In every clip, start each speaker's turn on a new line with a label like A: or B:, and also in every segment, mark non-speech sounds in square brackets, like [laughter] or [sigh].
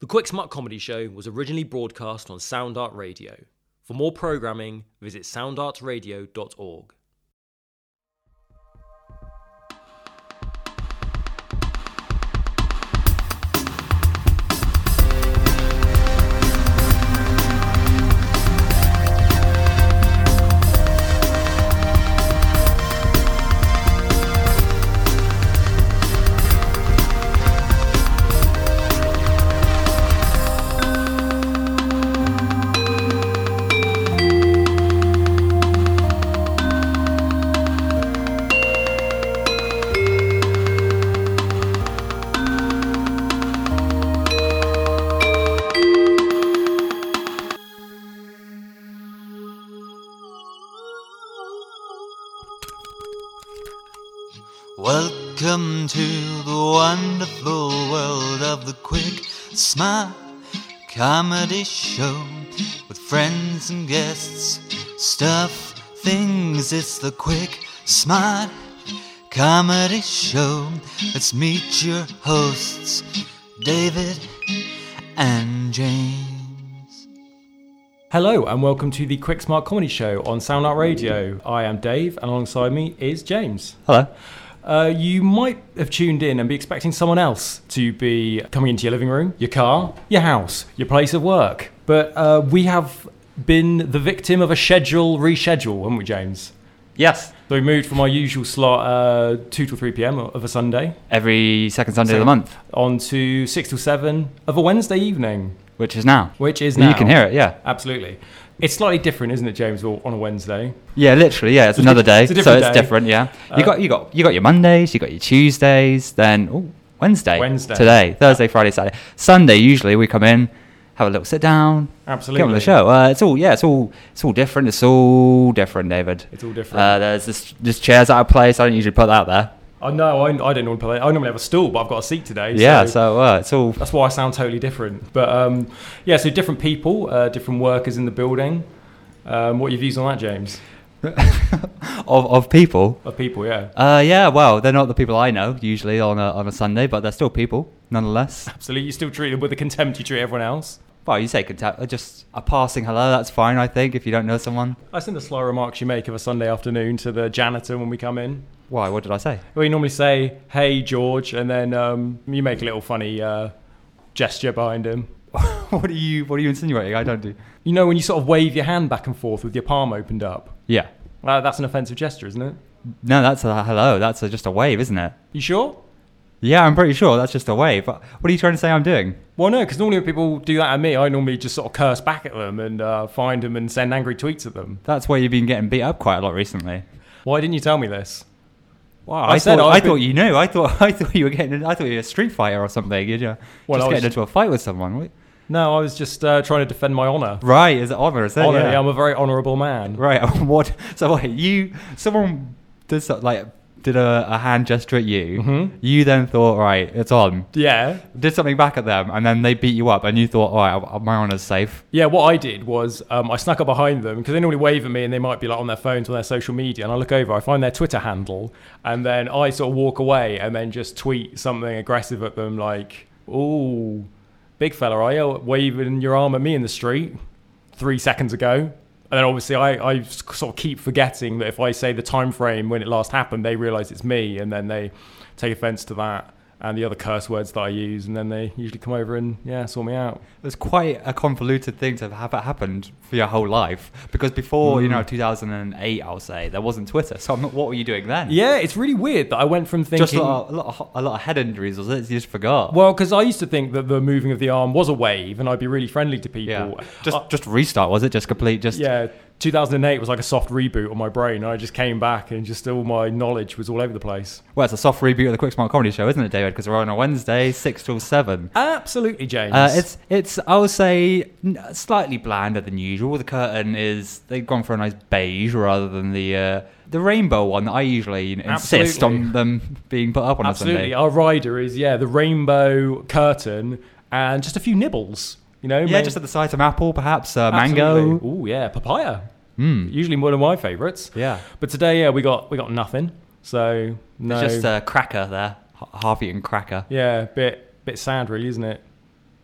A: The Quick Smart Comedy Show was originally broadcast on SoundArt Radio. For more programming, visit soundartradio.org.
B: Welcome to the wonderful world of the quick, smart comedy show with friends and guests, stuff, things. It's the quick, smart comedy show. Let's meet your hosts, David and James.
C: Hello and welcome to the Quick Smart Comedy Show on Sound Art Radio. I am Dave, and alongside me is James.
D: Hello.
C: Uh, you might have tuned in and be expecting someone else to be coming into your living room, your car, your house, your place of work. But uh, we have been the victim of a schedule reschedule, haven't we, James?
D: Yes.
C: So we moved from our usual slot, uh, 2 till 3 pm of a Sunday,
D: Every second Sunday of the month,
C: on to 6 till 7 of a Wednesday evening,
D: which is now.
C: which is now.
D: You can hear it, yeah.
C: Absolutely. It's slightly different, isn't it, James, on a Wednesday?
D: Yeah, literally, yeah. It's another day,
C: It's a different
D: so it's
C: day. Uh,
D: different, yeah. you got you got you got your Mondays, you got your Tuesdays, then ooh, Wednesday,
C: Wednesday.
D: today, Thursday, Friday, Saturday, Sunday. Usually we come in, have a little sit down,
C: Absolutely.
D: get on with the show. Uh, it's all yeah, it's all it's all different. It's all different, David.
C: It's all different.
D: Uh, there's this this chairs out of place. I don't usually put that there.
C: I know I, I don't normally play. I normally have a stool, but I've got a seat today.
D: yeah, so uh, it's all
C: that's why I sound totally different. But um, yeah, so different people, uh, different workers in the building. Um, what are your views on that, James?
D: of of people.
C: Of people, yeah,
D: Uh, yeah, well, they're not the people I know usually on a, on a Sunday, but they're still people nonetheless.
C: absolutely. You still treat them with the contempt you treat everyone else.
D: Well, you say contact, uh, just a passing hello, that's fine, I think, if you don't know someone.
C: I think the sly remarks you make of a Sunday afternoon to the janitor when we come in.
D: Why, what did I say?
C: Well, you normally say, "Hey, George," and then um, you make a little funny uh, gesture behind him.
D: [laughs] what are you What are you insinuating? I don't do.
C: You know when you sort of wave your hand back and forth with your palm opened up.
D: Yeah.
C: Uh, that's an offensive gesture, isn't it?
D: No, that's a hello, that's a, just a wave, isn't it?
C: You sure?
D: Yeah, I'm pretty sure that's just a wave. What are you trying to say I'm doing?
C: Well, no, because normally when people do that at me, I normally just sort of curse back at them and uh, find them and send angry tweets at them.
D: That's why you've been getting beat up quite a lot recently.
C: Why didn't you tell me this?
D: Wow,
C: I
D: I,
C: said
D: thought,
C: I've
D: I
C: been-
D: thought you knew. I thought [laughs] I thought you were getting. in- I thought you were a street fighter or something. You're just,
C: Well, I
D: just
C: was-
D: getting into a fight with someone.
C: No, I was just uh, trying to defend my honour.
D: Right? Is it honor? Is it?
C: Honour,
D: Yeah.
C: yeah, I'm a very honourable man.
D: Right. [laughs] and What? So wait, you someone did so, like did a, a hand gesture at you.
C: Mhm.
D: You then thought, right, it's on.
C: Yeah.
D: Did something back at them, and then they beat you up, and you thought, all right, I- my honor's safe.
C: Yeah, what I did was um, I snuck up behind them because they normally wave at me and they might be like on their phones or their social media. And I look over, I find their Twitter handle, and then I sort of walk away and then just tweet something aggressive at them like, Ooh, big fella, are you waving your arm at me in the street three seconds ago? And then obviously I, I s- sort of keep forgetting that if I say the time frame when it last happened, they realize it's me and then they take offense to that and the other curse words that I use. And then they usually come over and, yeah, sort me out.
D: It was quite a convoluted thing to have it happened for your whole life because before you know
C: Mm.
D: 2008, I'll say there wasn't Twitter. So I'm not, what were you doing then?
C: Yeah, it's really weird that I went from thinking.
D: Just a lot, of, a, lot of, ho- a lot of head injuries, was it? You just forgot.
C: well, because I used to think that the moving of the arm was a wave, and I'd be really friendly to people.
D: yeah. Just
C: Uh,
D: just restart, was it? Just complete. Just
C: yeah. 2008 was like a soft reboot on my brain, and I just came back, and just all my knowledge was all over the place.
D: Well, it's a soft reboot of the Quick Smart Comedy Show, isn't it, David? Because we're on a Wednesday, six till seven.
C: Absolutely, James.
D: Uh, it's it's I would say n- slightly blander than usual. The curtain is they've gone for a nice beige rather than the uh, the rainbow one that I usually insist
C: Absolutely.
D: on them being put up on
C: absolutely
D: a Sunday.
C: our rider is yeah the rainbow curtain and just a few nibbles. You know,
D: Yeah, just at the size of apple, perhaps uh, mango. Hmm.
C: Oh yeah, papaya. Usually one of my favourites.
D: Yeah,
C: But today, yeah, we got we got nothing. So no.
D: uh, It's just a cracker there, H- half-eaten cracker.
C: Yeah, bit bit sad really, isn't it?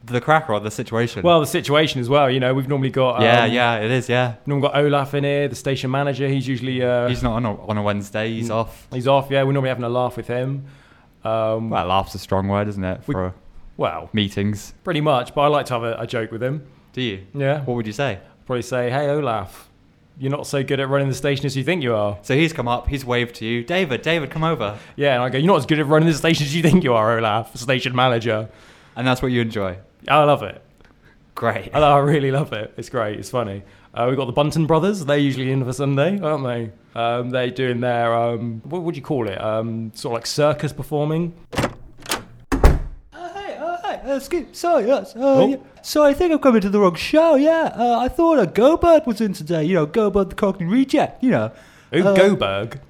D: the cracker or the situation.
C: Well, the situation as well. You know, we've normally got um,
D: yeah, yeah, it is. Yeah,
C: Normally got Olaf in here, the station manager. He's usually uh, Mm.
D: he's not on a, on a Wednesday. He's off.
C: he's off. Yeah, we're normally having a laugh with him. Um,
D: Well, laugh's a strong word, isn't it,
C: We-
D: for uh,
C: well,
D: meetings?
C: pretty much. But I like to have a, a joke with him.
D: Do you?
C: Yeah,
D: What would you say?
C: probably say, "Hey, Olaf, you're not so good at running the station as you think you are."
D: So he's come up. He's waved to you, David. David, come over,
C: Yeah, and I go, "You're not as good at running the station as you think you are, Olaf, station manager."
D: and that's what you enjoy.
C: I love it.
D: Great.
C: [laughs] I, I really love it. It's great. It's funny. Uh, we've got the Bunton brothers. They're usually in for Sunday, aren't they? Um, they're doing their, um, what would you call it? Um, sort of like circus performing.
D: Hey, uh, hey, uh, Skip, sorry, yes, uh,
C: Oh.
D: so I think I've come into the wrong show, yeah. Uh, I thought a Gobert was in today, you know, Gobert the Cockney Reject, you know.
C: Who?
D: Uh,
C: Goberg.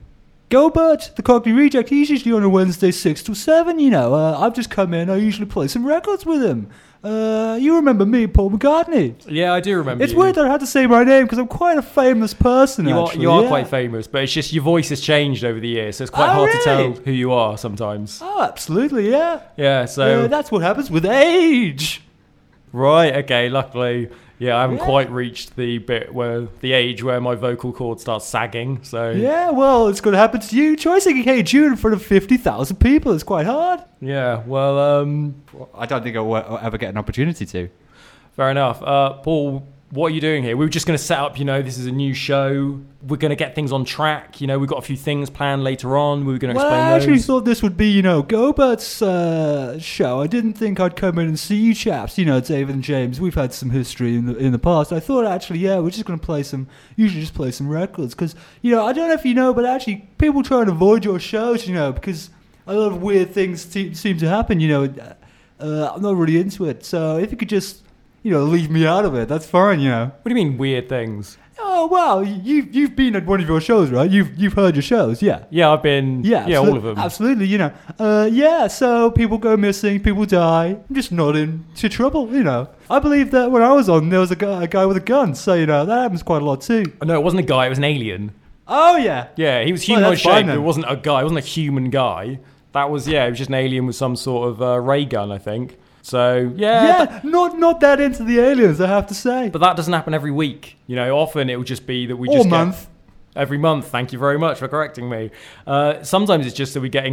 D: Gobert the Cockney Reject, he's usually on a Wednesday 6 to 7, you know. Uh, I've just come in, I usually play some records with him. Uh, you remember me, Paul McCartney.
C: Yeah, I do remember.
D: It's
C: you.
D: weird that I had to say my name because I'm quite a famous person,
C: You are,
D: actually,
C: you are
D: yeah.
C: quite famous, but it's just your voice has changed over the years, so it's quite
D: Oh,
C: hard
D: really?
C: to tell who you are sometimes.
D: Oh, absolutely, yeah.
C: Yeah, so.
D: Uh, that's what happens with age.
C: right, okay, luckily. Yeah, I haven't
D: Yeah.
C: quite reached the bit where the age where my vocal cord starts sagging, so.
D: Yeah, well, it's going to happen to you. Try singing Hey Jude in front of 50,000 people. It's quite hard.
C: Yeah, well, um,
D: I don't think I'll uh, ever get an opportunity to.
C: Fair enough. Uh, Paul, what are you doing here? We were just going to set up, you know, this is a new show. We're going to get things on track. You know, we've got a few things planned later on. We were going to
D: Well,
C: explain
D: I actually
C: those.
D: thought this would be, you know, Gobert's uh, show. I didn't think I'd come in and see you chaps. You know, David and James, we've had some history in the, in the past. I thought, actually, yeah, we're just going to play some, usually just play some records. Because, you know, I don't know if you know, but actually, people try and avoid your shows, you know, because a lot of weird things te- seem to happen, you know. and, Uh, I'm not really into it. So if you could just, you know, leave me out of it, that's fine, you know.
C: What do you mean weird things?
D: Oh, wow, you, you've been at one of your shows, right? You've, you've heard your shows, yeah.
C: Yeah, I've been. Yeah,
D: Yeah,
C: yeah
D: absolu-
C: all of them.
D: Absolutely, you know. Uh, yeah, so people go missing, people die. I'm just not into trouble, you know. I believe that when I was on, there was a guy, a guy with a gun, so you know that happens quite a lot too.
C: Oh, No, it wasn't a guy. It was an alien.
D: Oh yeah,
C: Yeah, he was
D: Well,
C: humanoid
D: that's fine
C: shaped. But
D: then.
C: it wasn't a guy. It wasn't a human guy. That was yeah. It was just an alien with some sort of uh, ray gun, I think. So yeah.
D: yeah.
C: that-
D: not not that into the aliens, I have to say.
C: but that doesn't happen every week. You know, often it will just be that we
D: or
C: just get-
D: month.
C: every month. Thank you very much for correcting me. Uh, sometimes it's just that we get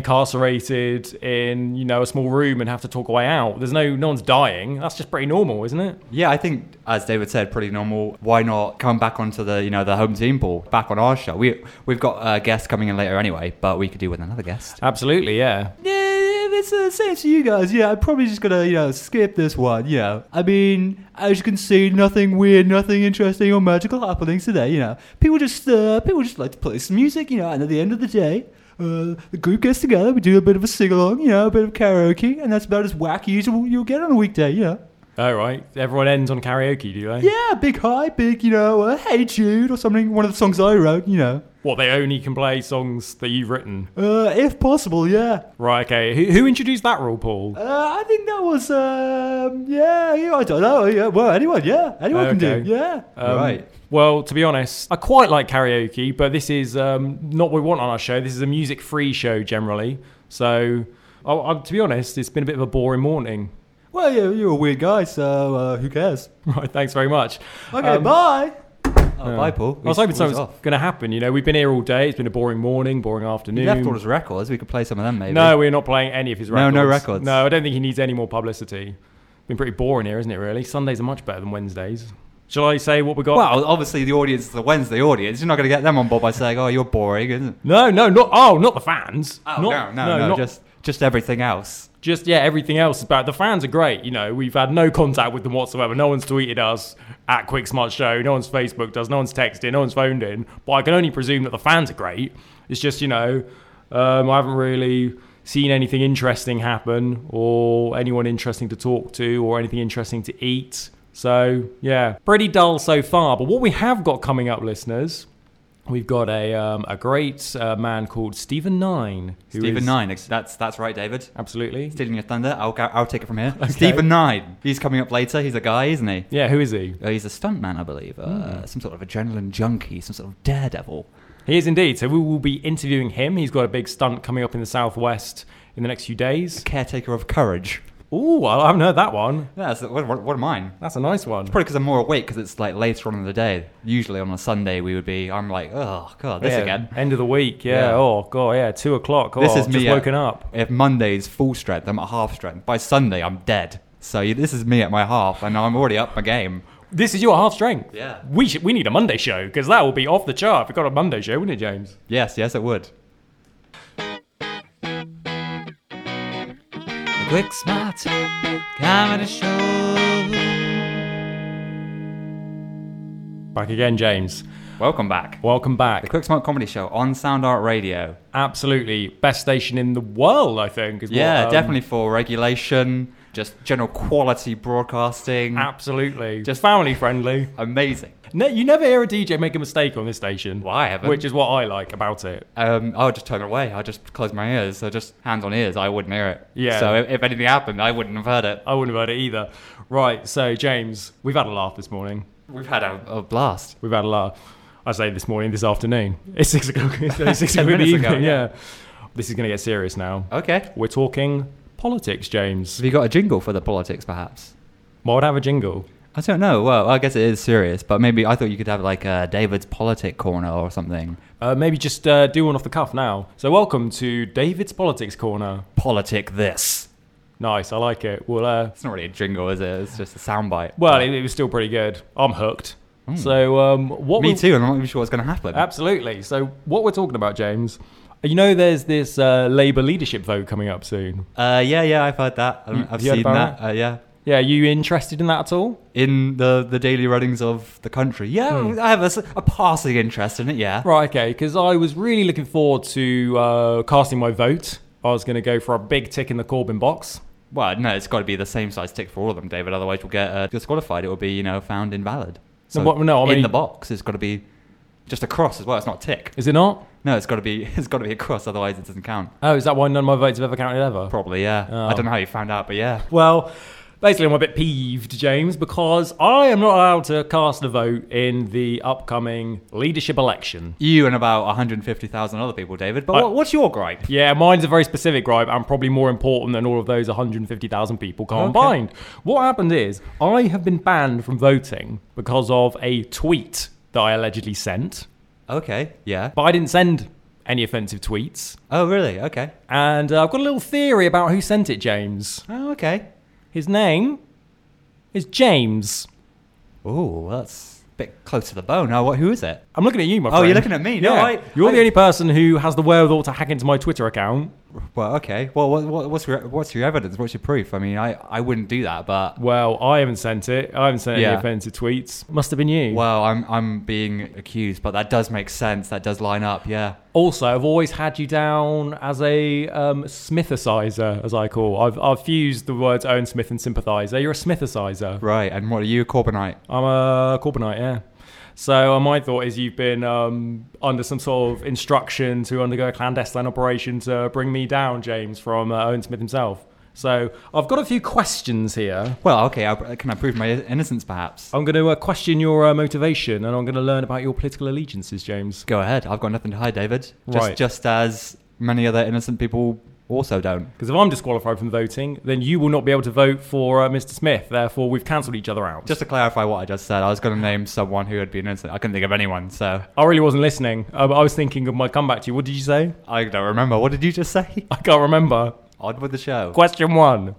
C: incarcerated in you know a small room and have to talk our way out. There's no no one's dying. That's just pretty normal, isn't it?
E: Yeah, I think as David said, pretty normal. Why not come back onto the you know the home team ball back on our show? We we've got a guest coming in later anyway, but we could do with another guest.
C: Absolutely, yeah.
D: Yeah, if it's the same to you guys, yeah, I'm probably just gonna, you know, skip this one, you know. I mean, as you can see, nothing weird, nothing interesting or magical happening today, you know. People just, uh, people just like to play some music, you know, and at the end of the day, uh, the group gets together, we do a bit of a sing-along, you know, a bit of karaoke, and that's about as wacky as you'll you'll get on a weekday, you know.
C: All Oh, right, everyone ends on karaoke, do they?
D: Yeah, big high, big, you know, uh, Hey Jude or something, one of the songs I wrote, you know.
C: What they only can play songs that you've written.
D: Uh, if possible, yeah.
C: Right, okay. Who, who introduced that rule, Paul?
D: Uh, I think that was, um, yeah, yeah, I don't know. Yeah, well, anyone, yeah, anyone
C: Okay.
D: can do, yeah.
C: Um,
E: right.
C: Well, to be honest, I quite like karaoke, but this is um, not what we want on our show. This is a music-free show generally. So, oh, I, to be honest, it's been a bit of a boring morning. [laughs]
D: Well, yeah, you're a weird guy, so uh, who cares?
C: Right, thanks very much.
D: Okay,
C: Um,
D: bye.
E: Oh, bye, Paul.
C: I was hoping something was
E: off.
C: going to happen. You know, we've been here all day. It's been a boring morning, boring afternoon.
E: He left all his records. We could play some of them maybe.
C: no, we're not playing any of his
E: No,
C: records.
E: no records.
C: No, I don't think he needs any more publicity. Been pretty boring here, isn't it? Really, Sundays are much better than Wednesdays. Shall I say what we got?
E: Well, obviously the audience is the Wednesday audience. You're not going to get them on board by saying, "Oh, you're boring," isn't it?
C: no, no, not oh, not the fans.
E: Oh,
C: Not-
E: no, no, no,
C: not-
E: just just everything else.
C: just yeah, everything else is bad. The fans are great. You know, we've had no contact with them whatsoever. No one's tweeted us at Quick Smart Show. No one's Facebooked us. No one's texted. No one's phoned in. But I can only presume that the fans are great. It's just you know, um, I haven't really seen anything interesting happen, or anyone interesting to talk to, or anything interesting to eat. So yeah, pretty dull so far. But what we have got coming up, listeners. We've got a, um, a great uh, man called Stephen Nine. who
E: Stephen
C: is-
E: Nine. ex- That's that's right, David.
C: Absolutely.
E: Stealing your thunder. I'll go, I'll take it from here. Stephen Nine. He's coming up later. He's a guy, isn't he?
C: Yeah, who is he?
E: Uh, he's a stuntman, I believe. Uh,
C: Hmm.
E: Some sort of adrenaline junkie, some sort of daredevil.
C: He is indeed. So we will be interviewing him. He's got a big stunt coming up in the southwest in the next few days.
E: Caretaker of courage.
C: Ooh, I haven't heard that one.
D: Yeah, that's what, what, what are mine?
C: That's a nice one.
D: Probably because I'm more awake because it's like later on in the day. Usually on a Sunday we would be. I'm like, oh god, this
C: Yeah,
D: again.
C: End of the week. Yeah.
D: Yeah.
C: Oh god. Yeah. Two o'clock. Oh,
D: This is me.
C: Just
D: at-
C: woken up.
D: If Monday's full strength, I'm at half strength. By Sunday, I'm dead. So you- this is me at my half, and I'm already up my game.
C: This is your half strength.
D: Yeah.
C: We should, we need a Monday show because that will be off the chart. If we got a Monday show, wouldn't it, James?
D: Yes, yes, it would.
B: The Quick Smart Comedy Show.
C: Back again, James.
D: Welcome back.
C: Welcome back.
D: The Quick Smart Comedy Show on Sound Art Radio.
C: Absolutely best station in the world, I think. is what,
D: Yeah,
C: um,
D: definitely for regulation, just general quality broadcasting.
C: Absolutely. Just
D: Just-
C: family friendly.
D: Amazing.
C: Ne- you never hear a DJ make a mistake on this station.
D: Well, I haven't.
C: Which is what I like about it.
D: Um, I would just turn away. I just close my ears. So just hands on ears. I wouldn't hear it.
C: Yeah.
D: So if, if anything happened, I wouldn't have heard it.
C: I wouldn't have heard it either. Right, so James, we've had a laugh this morning.
D: We've had a, a blast.
C: We've had a laugh. I say this morning, this afternoon. [laughs] It's six o'clock. It's only [laughs] six
D: Ten
C: o'clock in the
D: minutes ago,
C: evening. Yeah. This is going to get serious now.
D: Okay.
C: We're talking politics, James.
D: Have you got a jingle for the politics, perhaps?
C: Why would I have a jingle?
D: I don't know. Well, I guess it is serious, but maybe I thought you could have like a David's politic corner or something.
C: Uh, maybe just uh, do one off the cuff now. So, welcome to David's Politics Corner.
D: Politic this.
C: Nice, I like it. Well, uh,
D: It's not really a jingle, is it? It's just a soundbite.
C: well, it, it was still pretty good. I'm hooked. So, um, what
D: me
C: we-
D: too. and I'm not even sure what's going to happen.
C: Absolutely. So, what we're talking about, James, you know, there's this uh, Labour leadership vote coming up soon.
D: Uh, yeah, yeah, I've heard that. I
C: You-
D: I've
C: you heard
D: seen
C: about
D: that. Uh, yeah,
C: Yeah, are you interested in that at all?
D: in the the daily runnings of the country. Yeah, I have a, s- a passing interest in it. Yeah,
C: Hmm. Right, okay, because I was really looking forward to uh, casting my vote. I was going to go for a big tick in the Corbyn box.
D: Well, no, it's got to be the same size tick for all of them, David. Otherwise, we'll get uh, disqualified. It will be, you know, found invalid. So
C: what- no, I
D: in
C: mean-
D: the box, it's got to be just a cross as well. It's not a tick.
C: Is it not?
D: No, it's got to be. [laughs] It's got to be a cross. Otherwise, it doesn't count.
C: Oh, is that why none of my votes have ever counted ever?
D: Probably, yeah.
C: Oh.
D: I don't know how you found out, but yeah.
C: Well, basically, I'm a bit peeved, James, because I am not allowed to cast a vote in the upcoming leadership election.
D: You and about 150,000 other people, David. But
C: I-
D: what, what's your gripe?
C: Yeah, mine's a very specific gripe and probably more important than all of those 150,000 people combined. What happened is I have been banned from voting because of a tweet that I allegedly sent,
D: Okay, yeah.
C: but I didn't send any offensive tweets.
D: Oh, really? Okay.
C: And uh, I've got a little theory about who sent it, James.
D: Oh, okay.
C: His name is James.
D: Oh, that's a bit close to the bone. Now, what? Who is it?
C: I'm looking at you, my
D: Oh,
C: friend.
D: you're looking at me? No,
C: yeah.
D: I-
C: you're the
D: I-
C: only person who has the wherewithal to hack into my Twitter account.
D: Well, okay. Well, what, what, what's your what's your evidence? What's your proof? I mean, I, I wouldn't do that, but
C: Well, I haven't sent it. I haven't sent
D: Yeah.
C: any offensive tweets. Must have been you.
D: well, I'm I'm being accused, but that does make sense. That does line up. Yeah.
C: Also, I've always had you down as a um, smithicizer, as I call. I've, I've fused the words Owen Smith and sympathizer. You're a smithicizer.
D: Right. And what are you, a Corbinite?
C: I'm a Corbinite, yeah. So uh, my thought is you've been um, under some sort of instruction to undergo a clandestine operation to bring me down, James, from uh, Owen Smith himself. So I've got a few questions here.
D: Well, okay. I, can I prove my innocence, perhaps?
C: I'm going to uh, question your uh, motivation, and I'm going to learn about your political allegiances, James.
D: Go ahead. I've got nothing to hide, David. Just
C: Right.
D: just as many other innocent people also don't.
C: Because if I'm disqualified from voting, then you will not be able to vote for uh, Mr. Smith. Therefore, we've cancelled each other out.
D: Just to clarify what I just said, I was going to name someone who had been innocent. I couldn't think of anyone, so
C: I really wasn't listening. I, I was thinking of my comeback to you. What did you say? [laughs]
D: I don't remember. What did you just say? [laughs]
C: I can't remember.
D: On with the show.
C: Question one,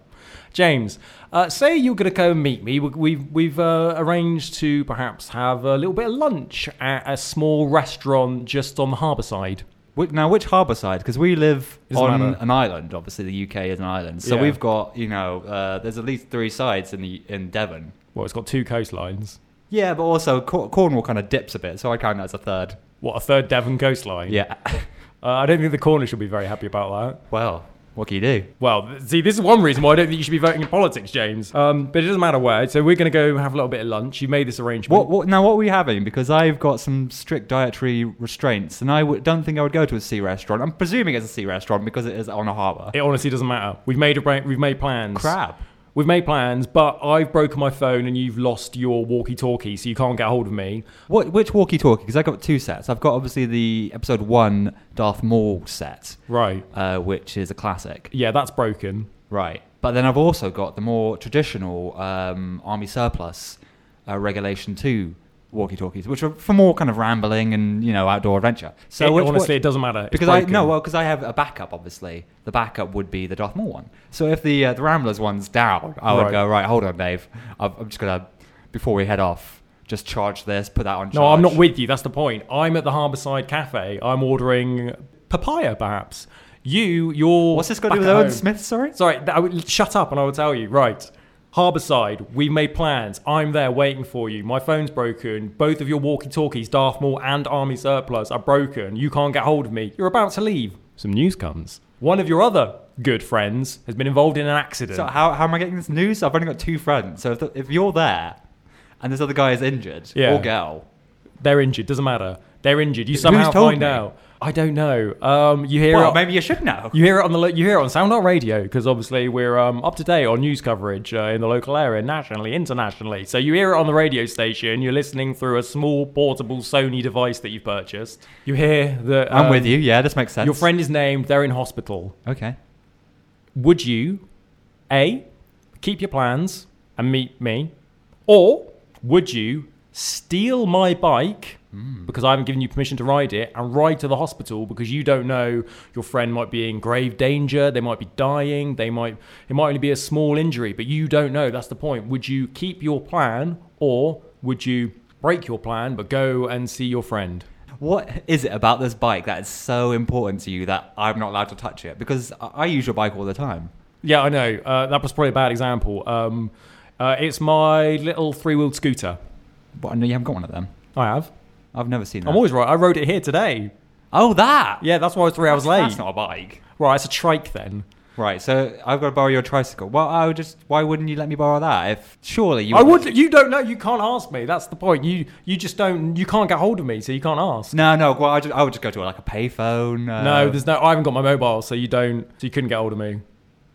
C: James. Uh, say you're going to go and meet me. We- We've we've uh, arranged to perhaps have a little bit of lunch at a small restaurant just on the harbour side.
D: Which, now, which harbour side? Because we live
C: Doesn't
D: on
C: matter.
D: an island. Obviously, the UK is an island, so
C: Yeah.
D: we've got you know uh, there's at least three sides in the in Devon.
C: Well, it's got two coastlines.
D: Yeah, but also Cor- Cornwall kind of dips a bit, so I count that as a third.
C: What a third Devon coastline.
D: Yeah.
C: Uh, I don't think the Cornish will be very happy about that.
D: [laughs] well, what can you do?
C: Well, th- see, this is one reason why I don't think you should be voting in politics, James. Um, but it doesn't matter where. So we're going to go have a little bit of lunch. You made this arrangement.
D: What, what now? What are we having? Because I've got some strict dietary restraints, and I w- don't think I would go to a sea restaurant. I'm presuming it's a sea restaurant because it is on a harbour.
C: It honestly doesn't matter. We've made a break. We've made plans.
D: Crap.
C: We've made plans, but I've broken my phone and you've lost your walkie-talkie, so you can't get hold of me.
D: What? Which walkie-talkie? Because I got two sets. I've got obviously the episode one Darth Maul set,
C: Right.
D: uh, which is a classic.
C: Yeah, that's broken.
D: Right. But then I've also got the more traditional um, army surplus uh, regulation two walkie-talkies, which are for more kind of rambling and you know outdoor adventure. So
C: So
D: which-
C: honestly,
D: which-
C: it doesn't matter. It's
D: because I no
C: broken.
D: well because I have a backup. Obviously, the backup would be the Darth Maul one. So if the uh, the Ramblers one's down, I would
C: Right.
D: go right. Hold on, Dave. I've, I'm just gonna before we head off, just charge this, put that on.
C: No, I'm not
D: charge."
C: with you. That's the point. I'm at the Harbourside Cafe. I'm ordering papaya, perhaps. You, your.
D: What's this got to do
C: back
D: with
C: at
D: Owen
C: home.
D: Smith? Sorry.
C: Sorry, that- I would, shut up and I will tell you. Right. Harbourside, we made plans. I'm there waiting for you. My phone's broken. Both of your walkie talkies, Darth Maul and Army Surplus, are broken. You can't get hold of me. You're about to leave. Some news comes. One of your other good friends has been involved in an accident.
D: So how, how am I getting this news? I've only got two friends. So if, the, if you're there, and this other guy is injured
C: Yeah.
D: or girl,
C: They're injured. Doesn't matter. They're injured. You somehow
D: told
C: find
D: me?
C: out. I don't know. Um, you hear
D: well,
C: it.
D: maybe you should know.
C: You hear it on the lo- you hear it on Sound Art Radio because obviously we're um, up to date on news coverage uh, in the local area, nationally, internationally. So you hear it on the radio station. You're listening through a small portable Sony device that you've purchased. You hear that
D: I'm
C: um,
D: with you. Yeah, this makes sense.
C: Your friend is named. They're in hospital.
D: Okay.
C: Would you a keep your plans and meet me, or would you steal my bike? Because I haven't given you permission to ride it and ride to the hospital because you don't know your friend might be in grave danger, they might be dying, they might it might only be a small injury, but you don't know. That's the point. Would you keep your plan or would you break your plan but go and see your friend?
D: What is it about this bike that is so important to you that I'm not allowed to touch it? Because I, I use your bike all the time.
C: Yeah, I know. Uh, that was probably a bad example. Um, uh, it's my little three wheeled scooter.
D: But I know you haven't got one of them.
C: I have.
D: I've never seen that.
C: I'm always right. I rode it here today.
D: oh, that.
C: Yeah, that's why I was three hours late.
D: That's not a bike.
C: Right, it's a trike then.
D: Right. So I've got to borrow your tricycle. Well, I would just. Why wouldn't you let me borrow that? If surely you.
C: I would. You don't know. You can't ask me. That's the point. You you just don't. You can't get hold of me, so you can't ask.
D: No, no. Well, I, just, I would just go to like a payphone. Uh,
C: No, there's no. I haven't got my mobile, so you don't. So you couldn't get hold of me.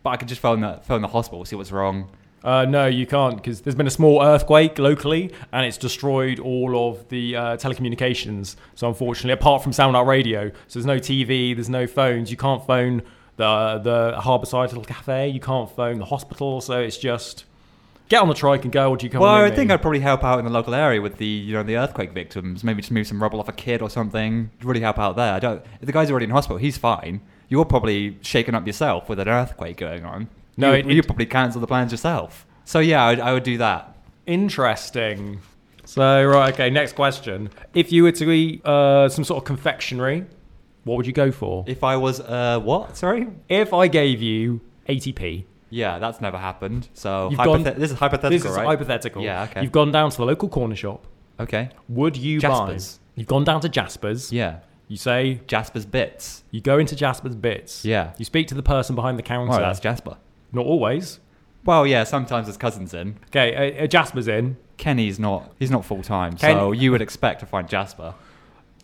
D: but I could just phone the phone the hospital, see what's wrong.
C: Uh, no, you can't because there's been a small earthquake locally and it's destroyed all of the uh, telecommunications. So unfortunately, apart from sound out radio, so there's no TV, there's no phones. You can't phone the the harbourside little cafe. You can't phone the hospital. So it's just get on the trike and go. Or do you come?
D: Well,
C: with
D: I would
C: me?
D: think I'd probably help out in the local area with the you know the earthquake victims. Maybe just move some rubble off a kid or something. Really help out there. I don't. If the guy's already in hospital, he's fine. You're probably shaken up yourself with an earthquake going on.
C: No,
D: you,
C: it-
D: you
C: it-
D: probably cancel the plans yourself. So yeah, I, would- I would do that.
C: Interesting. So, right, okay, next question. If you were to eat uh, some sort of confectionery, what would you go for? If,
D: If I was uh what? Sorry.
C: I gave you 80p,
D: Yeah, that's never happened. So
C: You've
D: hypothet-
C: gone-
D: this is hypothetical,
C: this is
D: right?
C: hypothetical.
D: Yeah, okay.
C: You've gone down to the local corner shop.
D: okay.
C: Would you
D: Jasper's.
C: buy? You've gone down to Jasper's.
D: Yeah.
C: You say,
D: Jasper's bits.
C: you go into Jasper's Bits.
D: Yeah.
C: You speak to the person behind the counter.
D: Oh, that's Jasper.
C: Not always.
D: Well, yeah. Sometimes his cousin's in.
C: Okay, uh, uh, Jasper's in.
D: Kenny's not. He's not full time.
C: Ken-
D: so you would expect to find Jasper.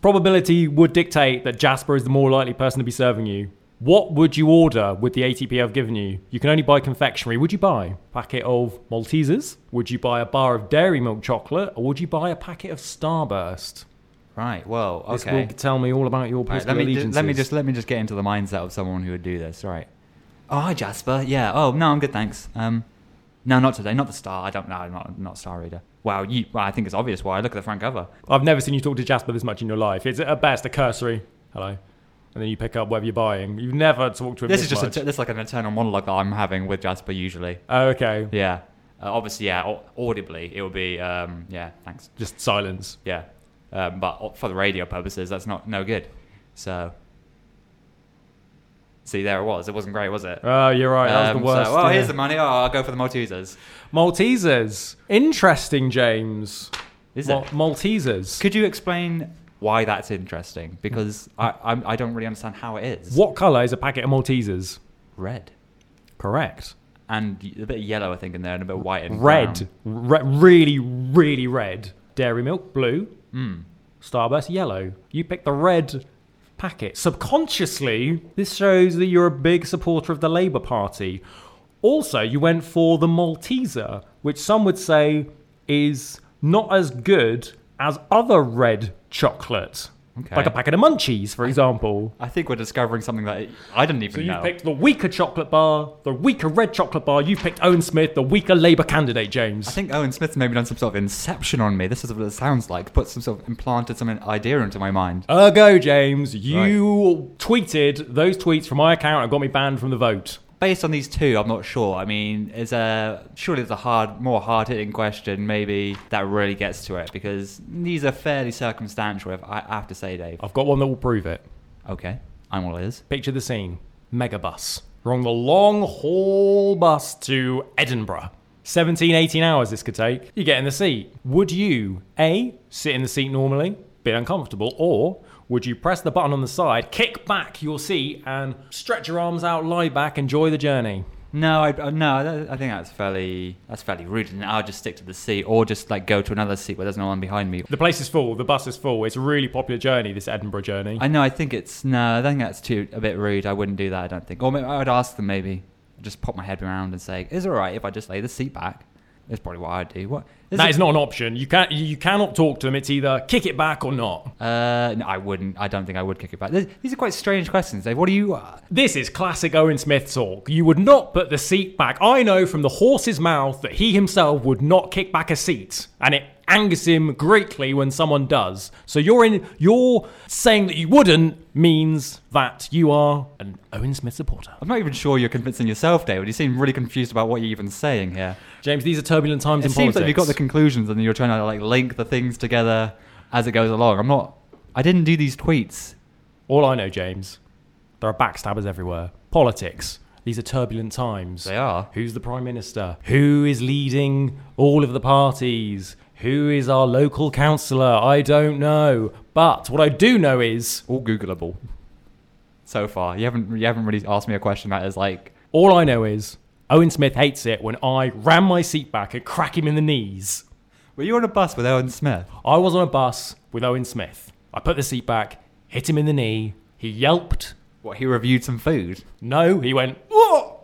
C: Probability would dictate that Jasper is the more likely person to be serving you. What would you order with the ATP I've given you? You can only buy confectionery. Would you buy a packet of Maltesers? Would you buy a bar of Dairy Milk chocolate? Or would you buy a packet of Starburst?
D: Right. Well,
C: This
D: okay.
C: will tell me all about your
D: Right,
C: political
D: let me ju-
C: allegiances.
D: let me just let me just get into the mindset of someone who would do this. Right. Oh, hi, Jasper. Yeah. Oh, no, I'm good, thanks. Um, no, not today. Not the star. I don't know. Not not star reader. Wow. You. Well, I think it's obvious why. Look at the front cover.
C: I've never seen you talk to Jasper this much in your life. It's at best a cursory hello, and then you pick up whatever you're buying. You've never talked to him.
D: This is just a
C: much.
D: t- this is like an internal monologue that I'm having with Jasper usually.
C: Oh, okay,
D: Yeah. Uh, obviously, yeah. au- Audibly, it would be. Um, yeah. Thanks.
C: just silence.
D: Yeah. Um, but o- for the radio purposes, that's not no good. So. See, there it was. It wasn't great, was it?
C: Oh, you're right. That was
D: Um,
C: the worst.
D: So, well,
C: yeah.
D: here's the money. Oh, I'll go for the Maltesers.
C: Maltesers. Interesting, James.
D: Is it?
C: Maltesers?
D: Could you explain why that's interesting? Because I I'm, I don't really understand how it is.
C: what colour is a packet of Maltesers?
D: Red
C: Correct.
D: and y- a bit of yellow, I think, in there, and a bit of white and
C: Red. Re- really, really red. Dairy milk, blue. Starburst, yellow. You pick the red packet. Subconsciously, this shows that you're a big supporter of the Labour Party. Also, you went for the Malteser, which some would say is not as good as other red chocolate.
D: Okay.
C: like a packet of munchies, for example.
D: I think we're discovering something that I didn't even
C: So you've
D: know.
C: picked the weaker chocolate bar, the weaker red chocolate bar. You've picked Owen Smith, the weaker Labour candidate, James.
D: I think Owen Smith's maybe done some sort of inception on me. This is what it sounds like. Put some sort of implanted some idea into my mind.
C: Ergo, James, you tweeted those tweets from my account and got me banned from the vote.
D: Based on these two, I'm not sure. I mean, is a surely it's a hard, more hard-hitting question. Maybe that really gets to it because these are fairly circumstantial. If I I have to say, Dave.
C: I've got one that will prove it.
D: Okay, I'm all ears.
C: Picture the scene megabus. We're on the long haul bus to Edinburgh. 17, 18 hours this could take. You get in the seat. Would you, A, sit in the seat normally, be uncomfortable, or would you press the button on the side, kick back your seat, and stretch your arms out, lie back, enjoy the journey?
D: No, I, uh, no, I don't- I think that's fairly that's fairly rude, and I'll just stick to the seat, or just like go to another seat where there's no one behind me.
C: The place is full, the bus is full. It's a really popular journey, this Edinburgh journey.
D: I know. I think it's no. I think that's too a bit rude. I wouldn't do that. I don't think. Or maybe I would ask them. Maybe just pop my head around and say, "Is it all right if I just lay the seat back?" That's probably what I'd do. What? Is
C: that
D: it-
C: is not an option. You can't. You cannot talk to them. It's either kick it back or not.
D: Uh, no, I wouldn't. I don't think I would kick it back. Th- These are quite strange questions, Dave. What do you? Uh,
C: This is classic Owen Smith talk. You would not put the seat back. I know from the horse's mouth that he himself would not kick back a seat, and it angers him greatly when someone does. So you're in. You're saying that you wouldn't means that you are an Owen Smith supporter.
D: I'm not even sure you're convincing yourself, David. You seem really confused about what you're even saying here.
C: James, these are turbulent times
D: It
C: in
D: seems
C: politics.
D: like you've got the conclusions and you're trying to like link the things together as it goes along. I'm not. I didn't do these tweets.
C: All I know, James, there are backstabbers everywhere. Politics. These are turbulent times.
D: They are.
C: Who's the Prime Minister? Who is leading all of the parties? Who is our local councillor? I don't know. But what I do know is
D: all Googleable. So far, you haven't you haven't really asked me a question that is like
C: all I know is Owen Smith hates it when I ram my seat back and crack him in the knees.
D: Were you on a bus with Owen Smith?
C: I was on a bus with Owen Smith. I put the seat back, hit him in the knee. He yelped.
D: What he reviewed some food.
C: No, he went, "Whoa!"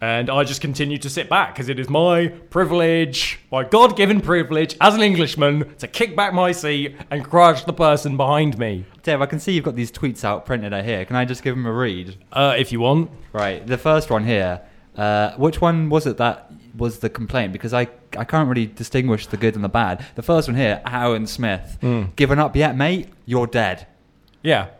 C: And I just continued to sit back because it is my privilege, my God given privilege as an Englishman to kick back my seat and crush the person behind me.
D: Dave, I can see you've got these tweets out printed out here. Can I just give them a read?
C: Uh, if you want.
D: Right, the first one here. Uh, which one was it that was the complaint? Because I I can't really distinguish the good and the bad. The first one here, Owen Smith, given up yet, mate? You're dead.
C: Yeah,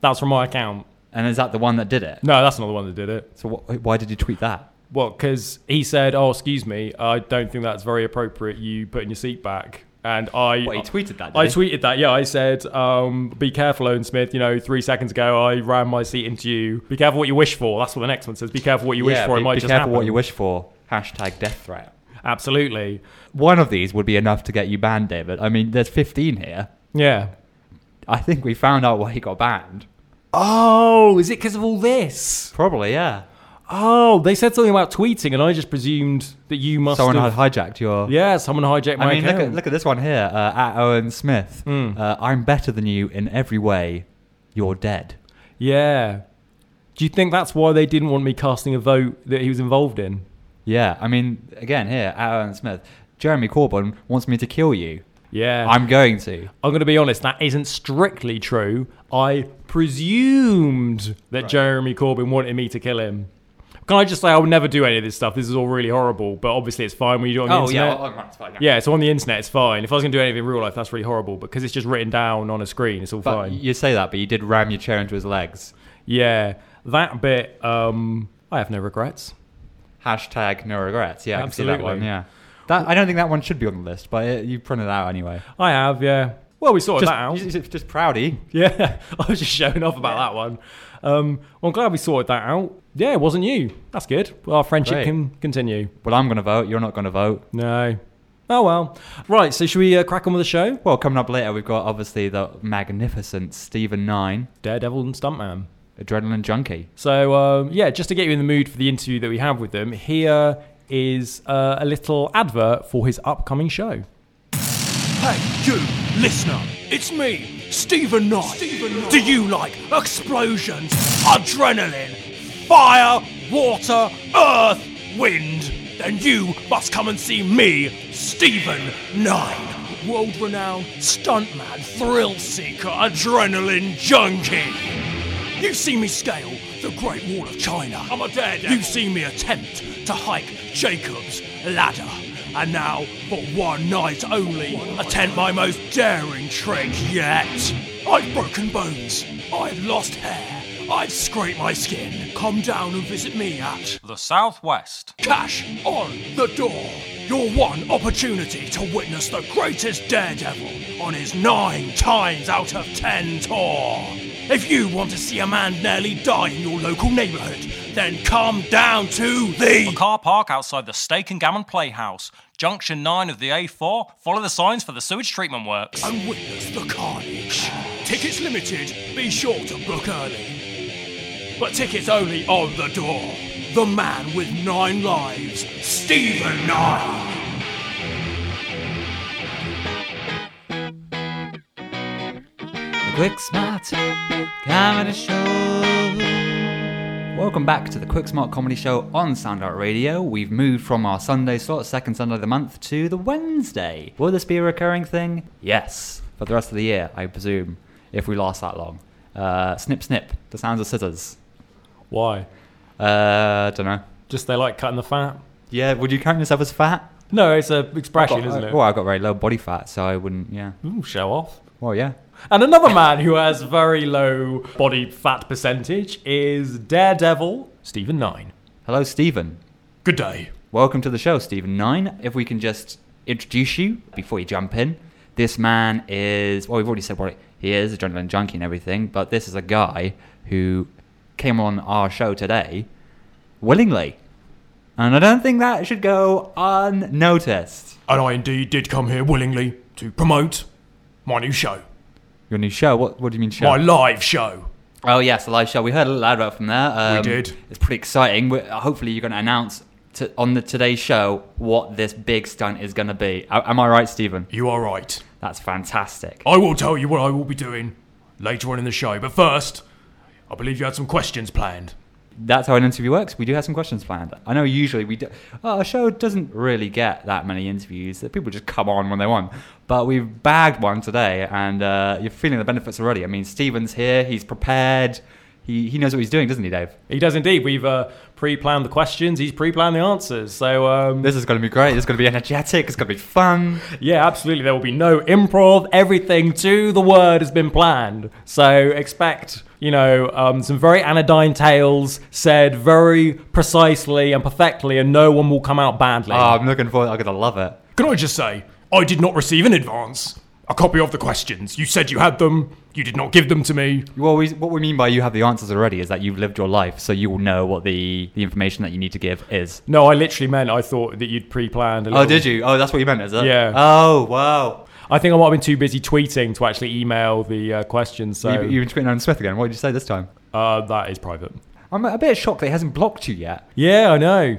C: that's from my account.
D: And is that the one that did it?
C: No, that's not the one that did it.
D: So wh- why did you tweet that?
C: Well, because he said, oh, excuse me, I don't think that's very appropriate, you putting your seat back. And I.
D: What, he tweeted that? Did
C: I
D: he?
C: tweeted that, yeah. I said, um, be careful, Owen Smith. You know, three seconds ago, I ran my seat into you. Be careful what you wish for. That's what the next one says. Be careful what you wish
D: Yeah,
C: for.
D: be,
C: it might
D: be
C: just
D: careful
C: happen.
D: what you wish for. Hashtag death threat.
C: Absolutely.
D: One of these would be enough to get you banned, David. I mean, there's 15 here.
C: Yeah.
D: I think we found out why he got banned.
C: Oh, is it because of all this?
D: Probably, yeah.
C: Oh, they said something about tweeting, and I just presumed that you must
D: Someone
C: have.
D: had hijacked your.
C: yeah, someone hijacked my
D: I mean, look
C: account.
D: at, look at this one here uh, at Owen Smith.
C: Hmm.
D: Uh, I'm better than you in every way. You're dead.
C: Yeah. Do you think that's why they didn't want me casting a vote that he was involved in?
D: Yeah, I mean, again, here at Owen Smith, Jeremy Corbyn wants me to kill you.
C: Yeah.
D: I'm going to.
C: I'm going to be honest, that isn't strictly true. I presumed that Jeremy Corbyn wanted me to kill him. Can I just say I would never do any of this stuff? This is all really horrible, but obviously it's fine when you do it on
D: Oh,
C: the internet. Yeah, so on the internet it's fine. If I was going to do anything in real life, that's really horrible because it's just written down on a screen. It's all
D: But
C: fine.
D: you say that, but you did ram your chair into his legs.
C: yeah, that bit. Um, I have no regrets.
D: Hashtag no regrets. Yeah, I can see that one.
C: Absolutely.
D: Yeah, that I don't think that one should be on the list, but it, you printed it out anyway.
C: I have. Yeah. Well, we sorted
D: Just,
C: that out.
D: just, just proudy.
C: yeah, [laughs] I was just showing off about that one. Um, well, I'm glad we sorted that out. Yeah, it wasn't you. That's good. Well, our friendship
D: Great.
C: can continue.
D: Well, I'm going to vote. You're not going to vote.
C: No. Oh well. Right. So should we uh, crack on with the show?
D: Well, coming up later, we've got obviously the magnificent Stephen Nine,
C: Daredevil and Stuntman.
D: Adrenaline Junkie.
C: So um, yeah, just to get you in the mood for the interview that we have with them, here is uh, a little advert for his upcoming show.
F: Hey, you, listener, it's me, Stephen Knight. Do you like explosions, adrenaline, fire, water, earth, wind? Then you must come and see me, Stephen Nine, world renowned stuntman, thrill seeker, adrenaline junkie. You've seen me scale the Great Wall of China. I'm a daredevil. You've seen me attempt to hike Jacob's ladder. And now, for one night only, attempt my most daring trick yet. I've broken bones. I've lost hair. I've scraped my skin. Come down and visit me at
G: The Southwest.
F: Cash on the door. Your one opportunity to witness the greatest daredevil on his nine times out of ten tour. If you want to see a man nearly die in your local neighborhood, then come down to
G: A
F: the.
G: car park outside the Steak and Gammon Playhouse, Junction 9 of the A4. Follow the signs for the sewage treatment works.
F: and witness the carnage. Tickets limited, be sure to book early. But tickets only on the door. The man with nine lives, Stephen Nine.
B: The Quick Smart Comedy Show.
D: Welcome back to the Quick Smart Comedy Show on Soundart Radio. We've moved from our Sunday slot, second Sunday of the month, to the Wednesday. Will this be a recurring thing? Yes. For the rest of the year, I presume, if we last that long. Uh, snip, snip. The sounds of scissors.
C: Why?
D: Uh, don't know.
C: Just they like cutting the fat?
D: Yeah, would you count yourself as fat?
C: No, it's an expression,
D: Got-
C: isn't it?
D: Well, I've got very low body fat, so I wouldn't, yeah.
C: Ooh, show off.
D: Well, yeah.
C: And another man who has very low body fat percentage is Daredevil Stephen Nine.
D: Hello, Stephen.
F: Good day.
D: Welcome to the show, Stephen Nine. If we can just introduce you before you jump in, this man is well, we've already said what he is, adrenaline junkie and everything, but this is a guy who came on our show today willingly, and I don't think that should go unnoticed.
F: And I indeed did come here willingly to promote my new show,
D: Your new show? What? What do you mean show?
F: my live show.
D: oh yes, the live show. We heard a little loud about from there. Um,
F: did.
D: It's pretty exciting. we hopefully, you're going to announce. To, on the today's show, what this big stunt is going to be? A- Am I right, Stephen?
F: You are right.
D: That's fantastic.
F: I will tell you what I will be doing later on in the show, but first, I believe you had some questions planned.
D: that's how an interview works. We do have some questions planned. I know usually we do. Our show doesn't really get that many interviews. That people just come on when they want. But we've bagged one today, and uh, you're feeling the benefits already. I mean, Steven's here. He's prepared. He he knows what he's doing, doesn't he, Dave?
C: He does indeed. We've uh, pre-planned the questions. He's pre-planned the answers. So um,
D: This is going to be great. It's going to be energetic. It's going to be fun.
C: yeah, absolutely. There will be no improv. Everything to the word has been planned. So expect you know um, some very anodyne tales said very precisely and perfectly, and no one will come out badly.
D: Oh, I'm looking forward. I'm going to love it.
F: Can I just say, I did not receive in advance a copy of the questions. You said you had them, you did not give them to me.
D: Well, we, what we mean by you have the answers already is that you've lived your life, so you will know what the, the information that you need to give is.
C: no, I literally meant I thought that you'd pre-planned. A
D: Oh,
C: little-
D: did you? Oh, that's what you meant, is it?
C: Yeah.
D: Oh, wow.
C: I think I might have been too busy tweeting to actually email the uh, questions. So
D: You, you've been tweeting on Smith again. What did you say this time?
C: uh, that is private.
D: I'm a bit shocked that he hasn't blocked you yet.
C: Yeah, I know.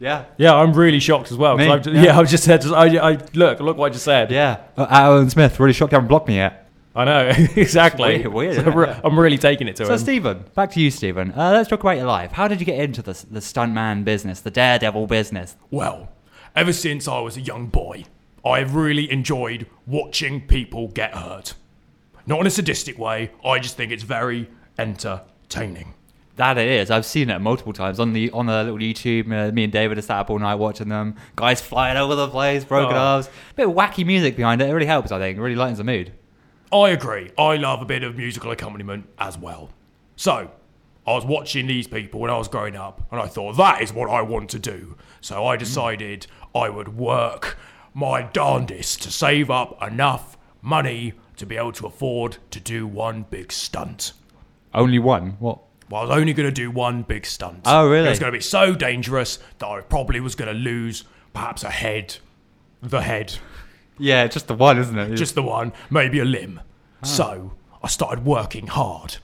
D: Yeah.
C: Yeah, I'm really shocked as well. 'cause
D: Me?
C: I've ju-
D: Yeah.
C: yeah. I've just said, I, I, look, look what I just said.
D: Yeah. Uh, Alan Smith, really shocked you haven't blocked me yet.
C: I know, [laughs] exactly.
D: It's weird- weird,
C: So
D: isn't it?
C: I'm re- I'm really taking it to
D: So,
C: him.
D: Stephen, back to you, Stephen. Uh, let's talk about your life. How did you get into the, the stuntman business, the daredevil business?
F: Well, ever since I was a young boy, I have really enjoyed watching people get hurt. Not in a sadistic way, I just think it's very entertaining.
D: That it is. I've seen it multiple times on the on the little YouTube. Uh, me and David have sat up all night watching them. Guys flying over the place, broken
C: Oh.
D: arms. Bit of wacky music behind it. It really helps, I think. It really lightens the mood.
F: I agree. I love a bit of musical accompaniment as well. So, I was watching these people when I was growing up, and I thought that is what I want to do. So,
D: Mm.
F: I decided I would work my darndest to save up enough money to be able to afford to do one big stunt.
D: Only one. What?
F: Well, I was only going to do one big stunt.
D: Oh, really?
F: It was going to be so dangerous that I probably was going to lose perhaps a head, the head,
D: Yeah, just the one, isn't it?
F: just the one, maybe a limb. So I started working hard.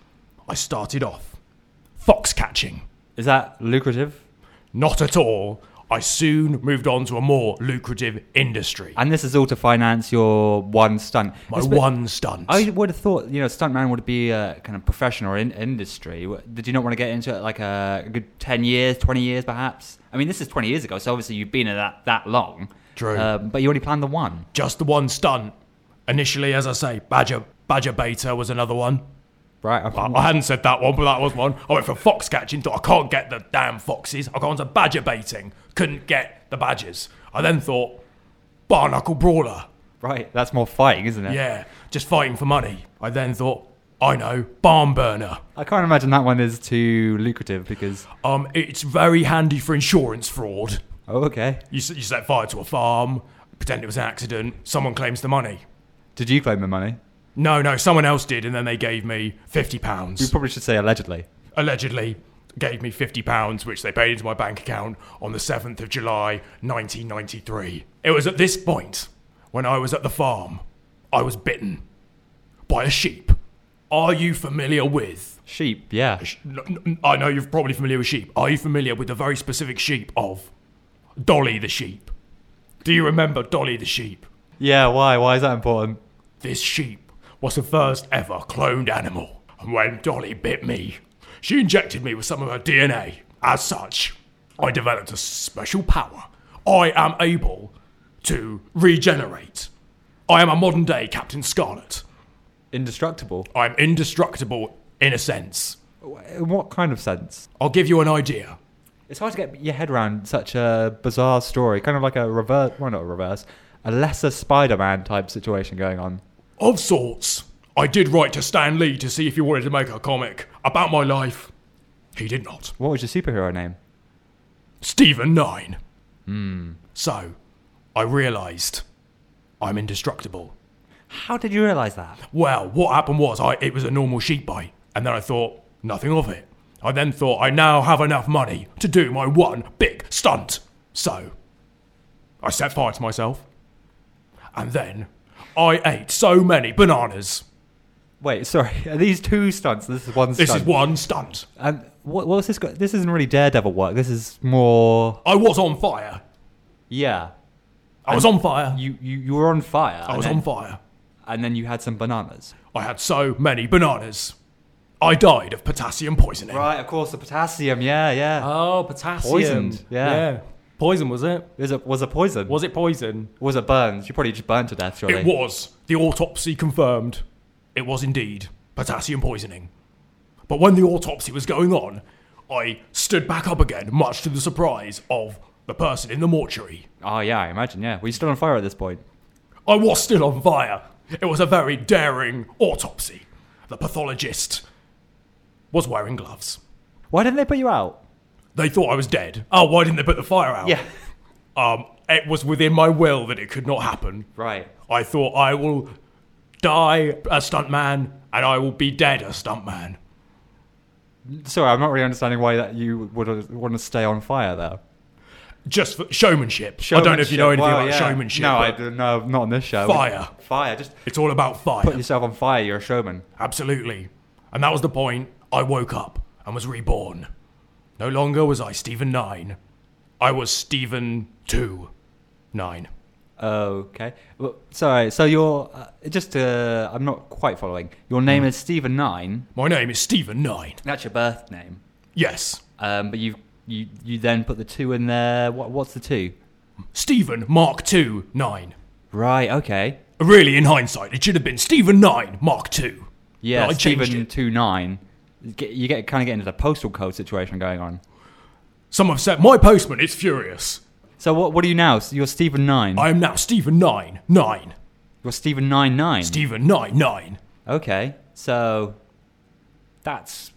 F: I started off fox catching.
D: is that lucrative?
F: Not at all. I soon moved on to a more lucrative industry.
D: And this is all to finance your one stunt.
F: My
D: It's a bit-
F: one stunt.
D: I would have thought, you know, stuntman would be a kind of profession or in- industry. W- Did you not want to get into it like a, a good 10 years, 20 years perhaps? I mean, this is 20 years ago, so obviously you've been in that that long.
F: True.
D: Um, but you already planned the one.
F: Just the one stunt. Initially, as I say, Badger Badger Beta was another one.
D: Right.
F: I, I hadn't said that one, but that was one. I went for fox catching, thought I can't get the damn foxes. I got onto badger baiting, couldn't get the badgers. I then thought, barnacle brawler.
D: [laughs] Right. That's more fighting, isn't it?
F: Yeah, just fighting for money. I then thought, I know, barn burner.
D: I can't imagine that one is too lucrative because.
F: Um, it's very handy for insurance fraud.
D: Oh, okay.
F: You, s- you set fire to a farm, pretend it was an accident, someone claims the money.
D: Did you claim the money?
F: No, no, someone else did, and then they gave me £50.
D: You probably should say allegedly.
F: allegedly gave me £50, which they paid into my bank account on the 7th of July 1993. It was at this point, when I was at the farm, I was bitten by a sheep. Are you familiar with?
D: Sheep. Yeah.
F: sh- n- n- I know you're probably familiar with sheep. Are you familiar with the very specific sheep of Dolly the sheep? Do you remember Dolly the sheep?
D: Yeah. Why? Why is that important?
F: This sheep was the first ever cloned animal. And when Dolly bit me, she injected me with some of her DNA. As such, I developed a special power. I am able to regenerate. I am a modern day Captain Scarlet.
D: Indestructible.
F: I'm indestructible in a sense.
D: In what kind of sense?
F: I'll give you an idea.
D: It's hard to get your head around such a bizarre story. Kind of like a reverse. Well, not a reverse. A lesser Spider-Man type situation going on.
F: Of sorts. I did write to Stan Lee to see if he wanted to make a comic about my life. He did not.
D: What was your superhero name?
F: Stephen Nine. So, I realised I'm indestructible.
D: How did you realize that?
F: Well, what happened was I it was a normal sheep bite, and then I thought nothing of it. I then thought I now have enough money to do my one big stunt. So, I set fire to myself, and then I ate so many bananas.
D: Wait, sorry. [laughs] Are these two stunts? This is one stunt.
F: This is one stunt.
D: And what, what was this? Guy? This isn't really Daredevil work. This is more.
F: I was on fire.
D: Yeah.
F: I was on fire.
D: You you, you were on fire.
F: I was
D: and
F: on
D: then-
F: fire.
D: And then you had some bananas.
F: I had so many bananas. I died of potassium poisoning.
D: Right, of course, the potassium. Yeah, yeah.
F: Oh, potassium.
D: Poisoned, yeah.
F: Poison, was it?
D: was it was it poison?
F: it poison?
D: was it burns? You probably just burned to death, surely.
F: It was. The autopsy confirmed. It was indeed potassium poisoning. But when the autopsy was going on, I stood back up again, much to the surprise of the person in the mortuary.
D: Oh yeah, I imagine. Yeah, were you still on fire at this point?
F: I was still on fire. It was a very daring autopsy. The pathologist was wearing gloves.
D: Why didn't they put you out?
F: They thought I was dead. Oh, why didn't they put the fire out?
D: Yeah.
F: Um, it was within my will that it could not happen.
D: Right.
F: I thought I will die a stuntman and I will be dead a stuntman.
D: Sorry, I'm not really understanding why that you would want to stay on fire though.
F: Just for showmanship. I don't know if you know anything
D: Well,
F: about
D: yeah.
F: showmanship.
D: No, I
F: but
D: don't. No, not on this show.
F: Fire.
D: Fire. Just
F: It's all about fire.
D: put yourself on fire. You're a showman.
F: Absolutely. And that was the point. I woke up and was reborn. No longer was I Stephen 9. I was Stephen 2 9.
D: Okay. Well, sorry. So you're uh, just. Uh, I'm not quite following. Your name
F: Hmm.
D: is Stephen Nine.
F: My name is Stephen 9.
D: That's your birth name.
F: Yes.
D: Um, but you you you then put the two in there. What what's the two?
F: Stephen Mark 2 9.
D: Right. Okay.
F: Really, in hindsight, it should have been Stephen 9 Mark 2.
D: Yeah.
F: But I changed
D: Stephen
F: it.
D: Two Nine. Get, you get kind of get into the postal code situation going on.
F: Some have said, My postman is furious.
D: So what what are you now? So you're Stephen Nine.
F: I am now Stephen 9 9.
D: you're Stephen Nine Nine.
F: Stephen 9 9.
D: okay. So that's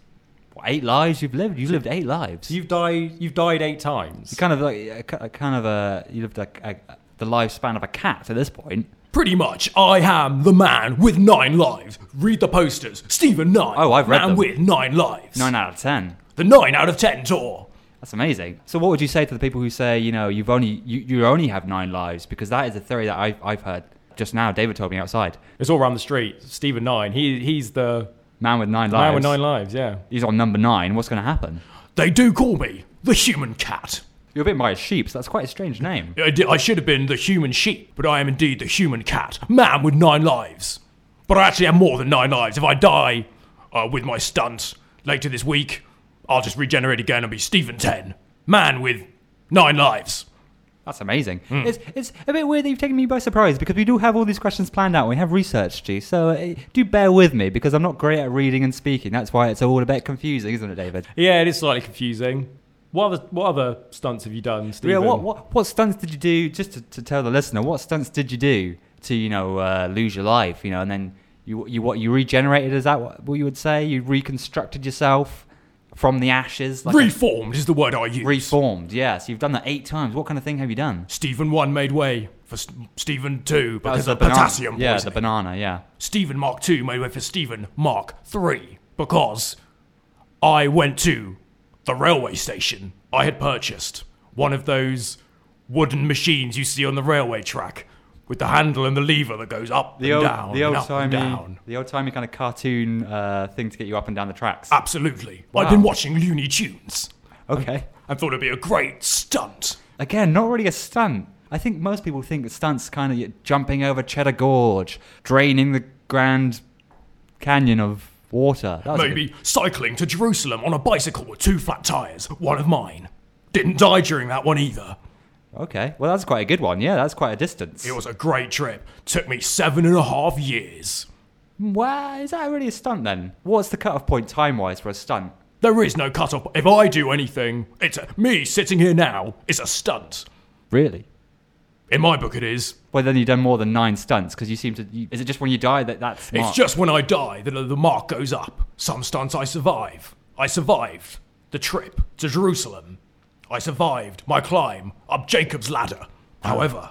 D: what, eight lives you've lived. You've lived eight lives.
C: You've died. You've died eight times.
D: kind of like a, a kind of a you lived like a, the lifespan of a cat at this point.
F: Pretty much, I am the man with nine lives. Read the posters. Stephen 9.
D: Oh, I've read
F: Man
D: them.
F: with nine lives.
D: Nine out of ten.
F: The 9 out of 10 tour.
D: That's amazing. So, what would you say to the people who say, you know, you've only you, you only have nine lives? Because that is a theory that I've, I've heard just now. David told me outside.
C: It's all around the street. Stephen Nine. He he's the
D: Man with nine lives.
C: man with nine lives. Yeah.
D: He's on number nine. What's going to happen?
F: They do call me the human cat.
D: You're a bit by a sheep. So that's quite a
C: [laughs]
D: strange name.
F: I, di- I should have been the human sheep, but I am indeed the human cat. Man with nine lives. But I actually have more than nine lives. If I die uh, with my stunt later this week, I'll just regenerate again and be Stephen 10. Man with nine lives.
D: That's amazing.
F: Hmm.
D: It's, it's a bit weird that you've taken me by surprise because we do have all these questions planned out. We have researched you, so uh, do bear with me because I'm not great at reading and speaking. That's why it's all a bit confusing, isn't it, David?
B: Yeah, it is slightly confusing. What other, what other stunts have you done, Stephen?
D: Yeah, what, what what stunts did you do? Just to, to tell the listener, what stunts did you do to you know uh, lose your life? You know, and then you you what you regenerated? Is that what, what you would say? You reconstructed yourself from the ashes, like a-
F: Reformed is the word I use.
D: reformed. Yes, you've done that eight times. What kind of thing have you done?
F: Stephen 1 made way for S- Stephen 2
D: That was
F: because of
D: the banana-
F: potassium
D: Yeah,
F: poisoning.
D: the banana. Yeah.
F: Stephen Mark 2 made way for Stephen Mark 3 because I went to the railway station. I had purchased one of those wooden machines you see on the railway track with the handle and the lever that goes up and down.
D: the old
F: and up
D: timey,
F: and down.
D: the old timey kind of cartoon uh, thing to get you up and down the tracks.
F: Absolutely. I've been watching Looney Tunes
D: okay.
F: and thought it'd be a great stunt.
D: Again, not really a stunt. I think most people think that stunts kind of y- jumping over Cheddar Gorge, draining the Grand Canyon of water. That was a
F: Maybe cycling to Jerusalem on a bicycle with two flat tires, one of mine. Didn't die during that one either.
D: good- okay, well that's quite a good one. Yeah, that's quite a distance.
F: It was a great trip. Took me seven and a half years.
D: Wow, is that really a stunt then? What's the cutoff point time-wise for a stunt?
F: There is no cut off. If I do anything, it's a, me sitting here now is a stunt.
D: Really?
F: In my book, it is.
D: Well, then you've done more than nine stunts because you seem to. You, is it just when you die that that's?
F: It's just when I die that the mark goes up. Some stunts I survive. I survived the trip to Jerusalem. I survived my climb up Jacob's ladder. However,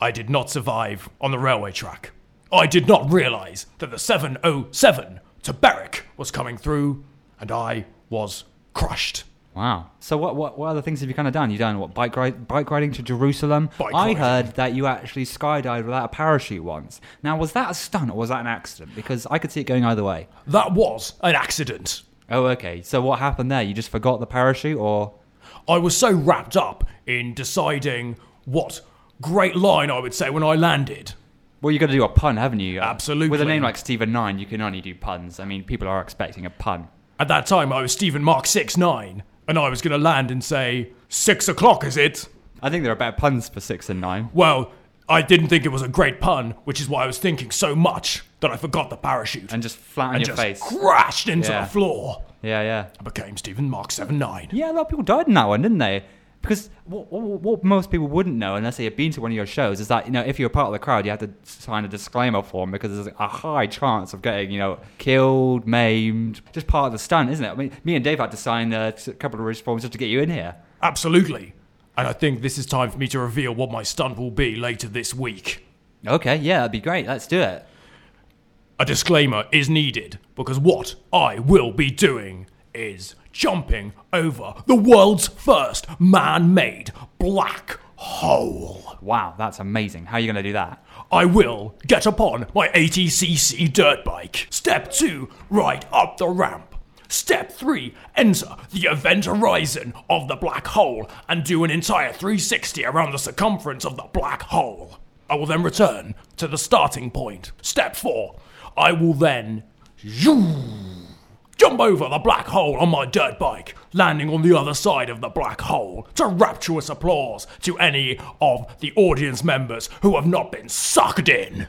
F: I did not survive on the railway track. I did not realize that the 707 to Berwick was coming through, and I was crushed.
D: Wow. So what, what what other things have you kind of done? You done what bike ride, bike riding to Jerusalem?
F: Bike
D: I
F: riding.
D: heard that you actually skydived without a parachute once. Now was that a stunt or was that an accident? Because I could see it going either way.
F: That was an accident.
D: Oh, okay. So what happened there? You just forgot the parachute, or
F: I was so wrapped up in deciding what great line I would say when I landed.
D: well, you got to do a pun, haven't you? With a
F: Absolutely.
D: name like Stephen Nine, you can only do puns. I mean, people are expecting a pun.
F: At that time, I was Stephen Mark six nine, and I was going to land and say, Six o'clock, is it?
D: I think there are better puns for six and nine.
F: Well, I didn't think it was a great pun, which is why I was thinking so much that I forgot the parachute
D: And just flat on
F: and
D: your
F: just
D: face.
F: [laughs] crashed into
D: Yeah.
F: the floor.
D: yeah, yeah.
F: I became Stephen Mark seven nine.
D: Yeah, a lot of people died in that one, didn't they? Because what, what, what most people wouldn't know, unless they had been to one of your shows, is that you know if you're a part of the crowd, you have to sign a disclaimer form because there's a high chance of getting you know killed, maimed, just part of the stunt, isn't it? I mean, me and Dave had to sign uh, t- a couple of risk forms just to get you in here.
F: Absolutely. And I think this is time for me to reveal what my stunt will be later this week.
D: Okay, yeah, that'd be great. Let's do it.
F: A disclaimer is needed because what I will be doing is jumping over the world's first man made black hole.
D: Wow, that's amazing. How are you gonna do that?
F: I will get upon my 80cc dirt bike. Step 2, right up the ramp. Step 3, enter the event horizon of the black hole and do an entire 360 around the circumference of the black hole. I will then return to the starting point. Step 4, I will then jump over the black hole on my dirt bike, landing on the other side of the black hole to rapturous applause to any of the audience members who have not been sucked in.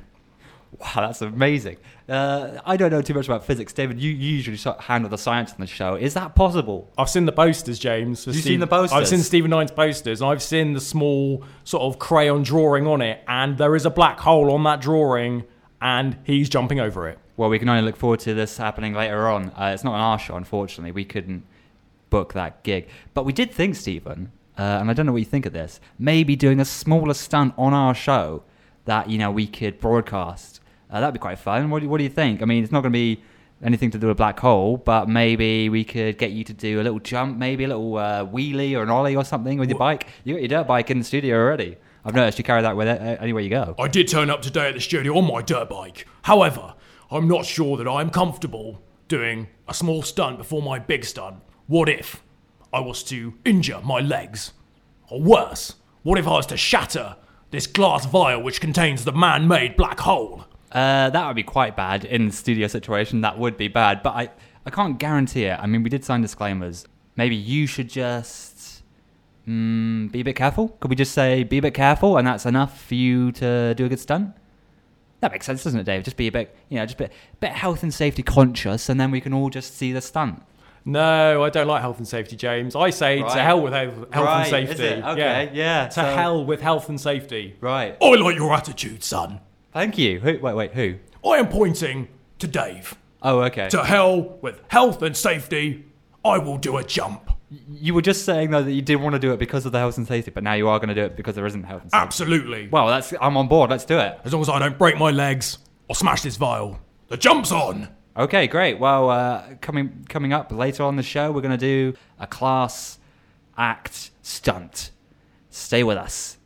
D: Wow, that's amazing. Uh, I don't know too much about physics, David. You you usually sort of handle the science on the show. Is that possible?
B: I've seen the posters, James. You've
D: seen the posters?
B: I've seen Stephen Nine's posters. and I've seen the small sort of crayon drawing on it, and there is a black hole on that drawing, and he's jumping over it.
D: Well, we can only look forward to this happening later on. Uh, it's not on our show, unfortunately. We couldn't book that gig. But we did think, Stephen, uh, and I don't know what you think of this, maybe doing a smaller stunt on our show that, you know, we could broadcast. Uh, that'd be quite fun. What do, what do you think? I mean, it's not going to be anything to do with Black Hole, but maybe we could get you to do a little jump, maybe a little uh, wheelie or an ollie or something with your bike. You got your dirt bike in the studio already. I've noticed you carry that with it uh, anywhere you go.
F: I did turn up today at the studio on my dirt bike. However, I'm not sure that I'm comfortable doing a small stunt before my big stunt. What if I was to injure my legs? Or worse, what if I was to shatter this glass vial which contains the man made black hole?
D: Uh, that would be quite bad in the studio situation. That would be bad, but I, I can't guarantee it. I mean, we did sign disclaimers. Maybe you should just Mm, be a bit careful. Could we just say be a bit careful, and that's enough for you to do a good stunt? That makes sense, doesn't it, Dave? Just be a bit, you know, just a bit, bit health and safety conscious, and then we can all just see the stunt.
C: No, I don't like health and safety, James. I say
D: Right.
C: to hell with health, health
D: Right,
C: and
D: is
C: safety.
D: it? Okay, yeah,
C: To
D: so-
C: hell with health and safety.
D: Right.
F: I like your attitude, son.
D: Thank you. Who, wait, wait, who?
F: I am pointing to Dave.
D: Oh, okay.
F: To hell with health and safety. I will do a jump.
D: you were just saying though that you didn't want to do it because of the health and safety, but now you are going to do it because there isn't health and safety.
F: Absolutely.
D: Well, that's I'm on board. Let's do it.
F: As long as I don't break my legs or smash this vial. The jump's on.
D: Okay, great. Well, uh, coming coming up later on the show, we're going to do a class act stunt. Stay with us.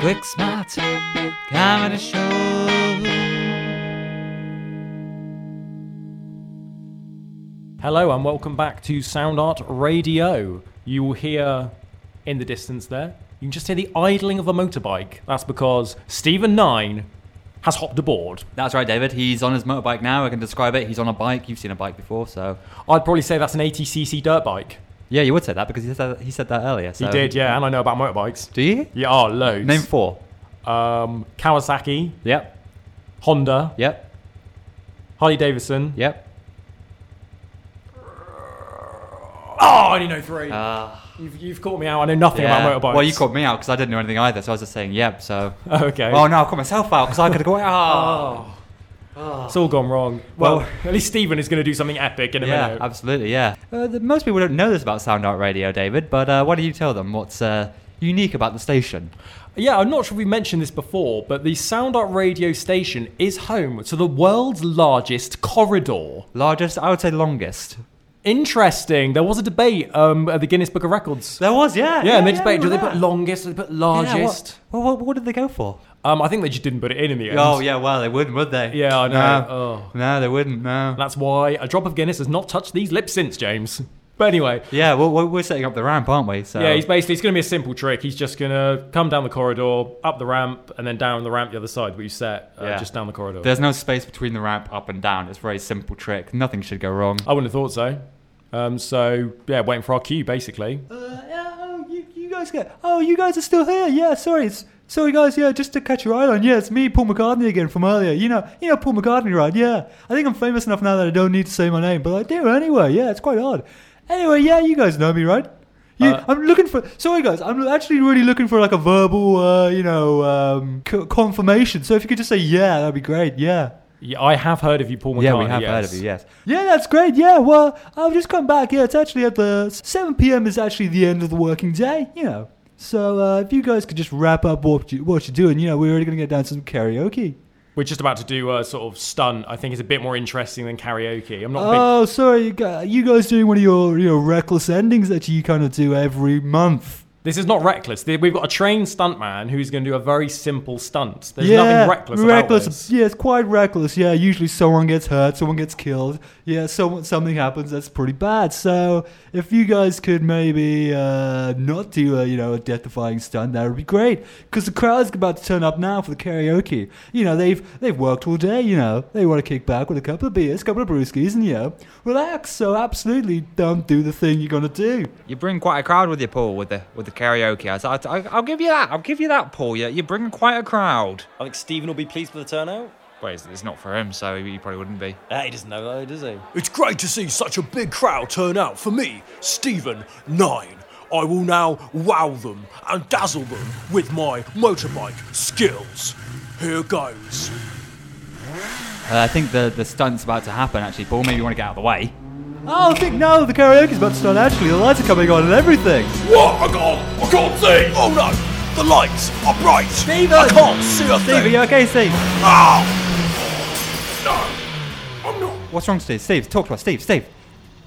D: Quick Smart Comedy Show.
C: Hello and welcome back to Sound Art Radio. You will hear in the distance there, you can just hear the idling of a motorbike. That's because Stephen Nine has hopped aboard.
D: That's right, David. He's on his motorbike now. I can describe it. He's on a bike. You've seen a bike before, so
C: I'd probably say that's an 80cc dirt bike.
D: yeah, you would say that because he said he said that earlier.
C: He
D: So.
C: did, yeah, and I know about motorbikes.
D: Do you?
C: Yeah, oh, loads.
D: Um, Name four.
C: um, Kawasaki,
D: Yep.
C: Honda,
D: Yep.
C: Harley Davidson.
D: Yep.
C: Oh, I only know three. you've, you've caught me out. I know nothing about motorbikes.
D: Ah. Well, you called me out because I didn't know anything either, so I was just saying yep. So.
C: [laughs] Okay.
D: Oh no, I called myself out because I could have gone.
C: [laughs]
D: Ah.
C: Oh. It's all gone wrong. Well, at least Stephen is going to do something epic in a
D: Yeah,
C: minute.
D: absolutely. Yeah. Uh, th- most people don't know this about Sound Art Radio, David. But uh, why don't you tell them what's uh, unique about the station?
C: Yeah, I'm not sure if we mentioned this before, but the Sound Art radio station is home to the world's largest corridor.
D: Largest, I would say, longest.
C: Interesting. There was a debate um, at the Guinness Book of Records.
D: There was, yeah.
C: yeah, and they debated do they
D: yeah.
C: put longest, do they put
D: Yeah,
C: largest?
D: what, well, what, what did they go for?
C: um, I think they just didn't put it in in the end.
D: Oh yeah, well they wouldn't, would they?
C: Yeah, I know.
D: No,
C: Oh.
D: no they wouldn't. No.
C: That's why a drop of Guinness has not touched these lips since, James. But anyway,
D: Yeah, well, we're- we're setting up the ramp, aren't we? So
C: Yeah, he's basically it's going to be a simple trick. He's just going to come down the corridor, up the ramp, and then down the ramp the other side. Where you set uh,
D: Yeah.
C: just down the corridor.
D: There's no space between the ramp up and down. It's a very simple trick. Nothing should go wrong.
C: I wouldn't have thought so. Um, so yeah, waiting for our cue basically.
H: Uh, yeah, oh, you, you guys get. Oh, you guys are still here. Yeah, sorry. It's, sorry, guys. Yeah, just to catch your eye on. Yeah, it's me, Paul McCartney again from earlier. You know, you know Paul McCartney, right? Yeah. I think I'm famous enough now that I don't need to say my name, but I do anyway. Yeah, it's quite odd. Anyway, yeah, you guys know me, right? You,
C: Uh,
H: I'm looking for. Sorry, guys. I'm actually really looking for like a verbal, uh, you know, um, co- confirmation. So if you could just say yeah, that'd be great. Yeah.
C: Yeah, I have heard of you, Paul McCartney.
D: yeah, we have
C: yes.
D: heard of you. Yes.
H: Yeah, that's great. Yeah, well, I've just come back. Yeah, it's actually at the 7 p.m. is actually the end of the working day. You know, so uh, if you guys could just wrap up what, you, what you're doing, you know, we're already gonna get down to some karaoke.
C: We're just about to do a sort of stunt. I think it's a bit more interesting than karaoke. I'm not.
D: Uh,
C: a big...
H: Oh, sorry, you guys, you guys doing one of your your reckless endings that you kind of do every month.
C: This is not reckless. The- We've got a trained stuntman who's going to do a very simple stunt. There's
H: yeah,
C: nothing reckless, about this.
H: Yeah, it's quite reckless. Yeah, usually someone gets hurt, someone gets killed. Yeah, someone something happens that's pretty bad. So if you guys could maybe uh, not do a you know a death-defying stunt, that would be great. Because the crowd's about to turn up now for the karaoke. You know they've they've worked all day. You know they want to kick back with a couple of beers, couple of brewskis, and you know relax. So absolutely don't do the thing you're gonna do.
D: You bring quite a crowd with you, Paul, with the with the karaoke. I was, I, I'll give you that. I'll give you that, Paul. You, you bring quite a crowd.
I: I think Stephen will be pleased with the turnout.
D: Well, it's, it's not for him, so he probably wouldn't be. Uh,
I: Ah, he doesn't know that, though, does he?
F: It's great to see such a big crowd turn out for me, Stephen Nine. I will now wow them and dazzle them with my motorbike skills. Here goes.
D: Uh, I think the, the stunt's about to happen, actually, Paul. Maybe you want to get out of the way.
H: Oh, I think no, the karaoke's about to start. Actually, the lights are coming on and everything.
F: What? I can't. I can't see. Oh no! The lights are bright. I can't see a
D: Steve, are
F: thing.
D: you okay, Steve?
F: Ah! No, I'm not.
D: What's wrong, Steve? Steve, talk to us. Steve, Steve.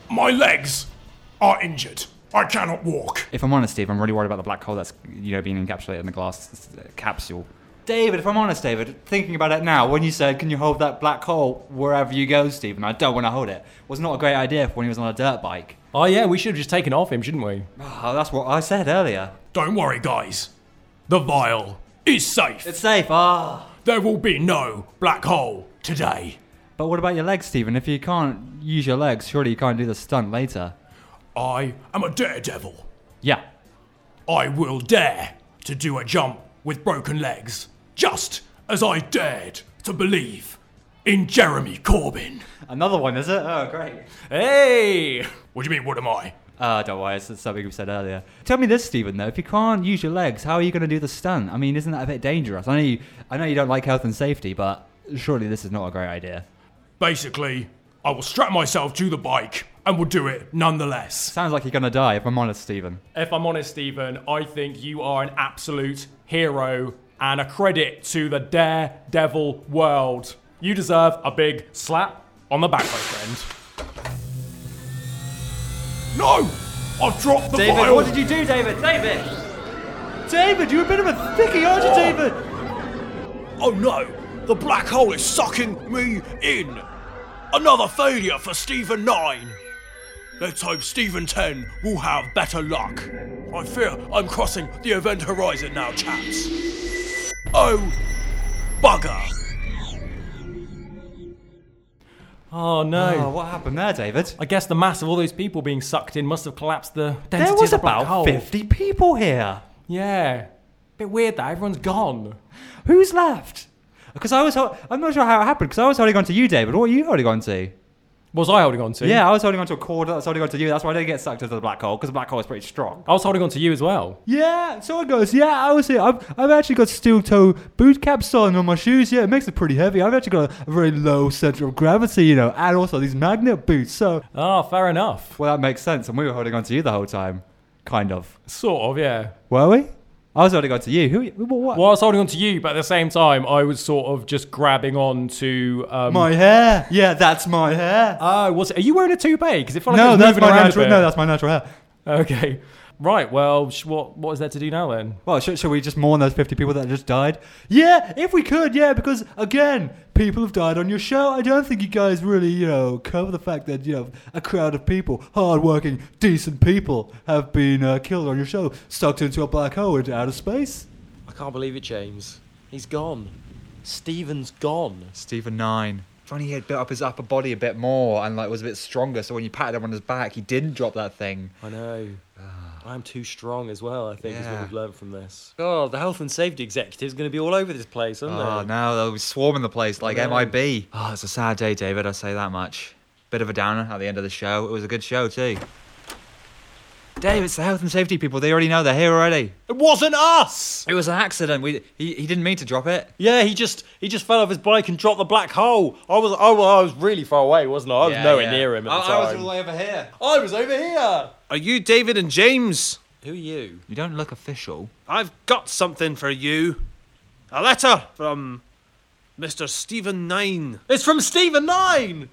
F: My legs are injured. I cannot walk.
D: If I'm honest, Steve, I'm really worried about the black hole that's you know being encapsulated in the glass uh, capsule. David, if I'm honest, David, thinking about it now, when you said, "Can you hold that black hole wherever you go, Steve?" and I don't want to hold it, was not a great idea for when he was on a dirt bike.
C: Oh yeah, we should have just taken it off him, shouldn't we?
D: Oh, that's what I said earlier.
F: Don't worry, guys. The vial is safe.
D: It's safe. Ah.
F: There will be no black hole today.
D: But what about your legs, Stephen? If you can't use your legs, surely you can't do the stunt later.
J: I am a daredevil.
H: Yeah.
J: I will dare to do a jump with broken legs, just as I dared to believe in Jeremy Corbyn.
H: Another one, is it? Oh, great.
C: Hey!
J: What do you mean, what am I?
H: Uh, don't worry, it's something we said earlier. Tell me this, Stephen, though. If you can't use your legs, how are you going to do the stunt? I mean, isn't that a bit dangerous? I know you, I know you don't like health and safety, but surely this is not a great idea.
J: Basically, I will strap myself to the bike and will do it nonetheless.
H: Sounds like you're going to die, if I'm honest, Stephen.
D: Uh,
C: If I'm honest, Stephen, I think you are an absolute hero and a credit to the daredevil world. You deserve a big slap on the back, my friend.
J: No! I've dropped the
H: David,
J: vial.
H: what did you do, David? David!
D: David, you're a bit of a thicky, aren't you, David?
J: Oh no! The black hole is sucking me in! Another failure for Stephen 9! Let's hope Stephen 10 will have better luck. I fear I'm crossing the event horizon now, chaps. Oh, bugger!
C: Oh no.
H: Oh, what happened there, David?
C: I guess the mass of all those people being sucked in must have collapsed the density
H: There was
C: of the black
H: about
C: hole.
H: 50 people here.
C: Yeah. Bit weird that everyone's gone.
H: Who's left? Because I was, hol- I'm not sure how it happened, because I was holding on to you, David. What were you holding on to?
C: Was I holding on to?
H: Yeah, I was holding on to a cord that was holding on to you. That's why I didn't get sucked into the black hole, because the black hole is pretty strong.
C: I was holding on to you as well.
D: Yeah, someone goes, yeah, I was here. I've, I've actually got steel toe boot caps on on my shoes. Yeah, it makes it pretty heavy. I've actually got a very low center of gravity, you know, and also these magnet boots. So,
C: Ah, fair enough.
H: Well, that makes sense, and we were holding on to you the whole time. Kind of.
C: Sort of, yeah.
D: were we?
H: I was holding on to you. Who? What? what?
C: Well, I was holding on to you, but at the same time, I was sort of just grabbing on to. Um,
D: My hair. Yeah, that's my hair.
C: Oh, was it? Are you wearing a toupee? Because it felt like it
D: no,
C: was
D: that's
C: moving
D: my
C: around a
D: natural.
C: bit.
D: No, that's my natural hair.
C: Okay. Right. Well, sh- what what is there to do now then?
D: Well, should, should we just mourn those 50 people that just died? Yeah, if we could, yeah, because again, people have died on your show. I don't think you guys really, you know, cover the fact that, you know, a crowd of people, hardworking, decent people, have been uh, killed on your show, sucked into a black hole into outer space.
F: I can't believe it, James. He's gone. Stephen's gone.
H: Stephen Nine. Funny, he had built up his upper body a bit more and like was a bit stronger. So when you patted him on his back, he didn't drop that thing.
F: I know. I'm too strong as well, I think, is what
H: Yeah.
F: we've learned from this. Oh, the health and safety executive's going to be all over this place, aren't
H: Oh
F: they?
H: no, they'll be swarming the place like
F: No.
H: MIB. Oh, it's a sad day, David. I say that much. Bit of a downer at the end of the show. It was a good show too. Dave, it's the health and safety people. They already know they're here already.
F: It wasn't us!
H: It was an accident. We he, he didn't mean to drop it.
F: Yeah, he just he just fell off his bike and dropped the black hole. I was I, was- I was really far away, wasn't I? I was nowhere near him at the time.
H: way over here.
F: I was over here.
K: Are you David and James?
F: Who are you?
H: You don't look official.
K: I've got something for you. A letter from Mr. Stephen Nine.
F: It's from Stephen Nine.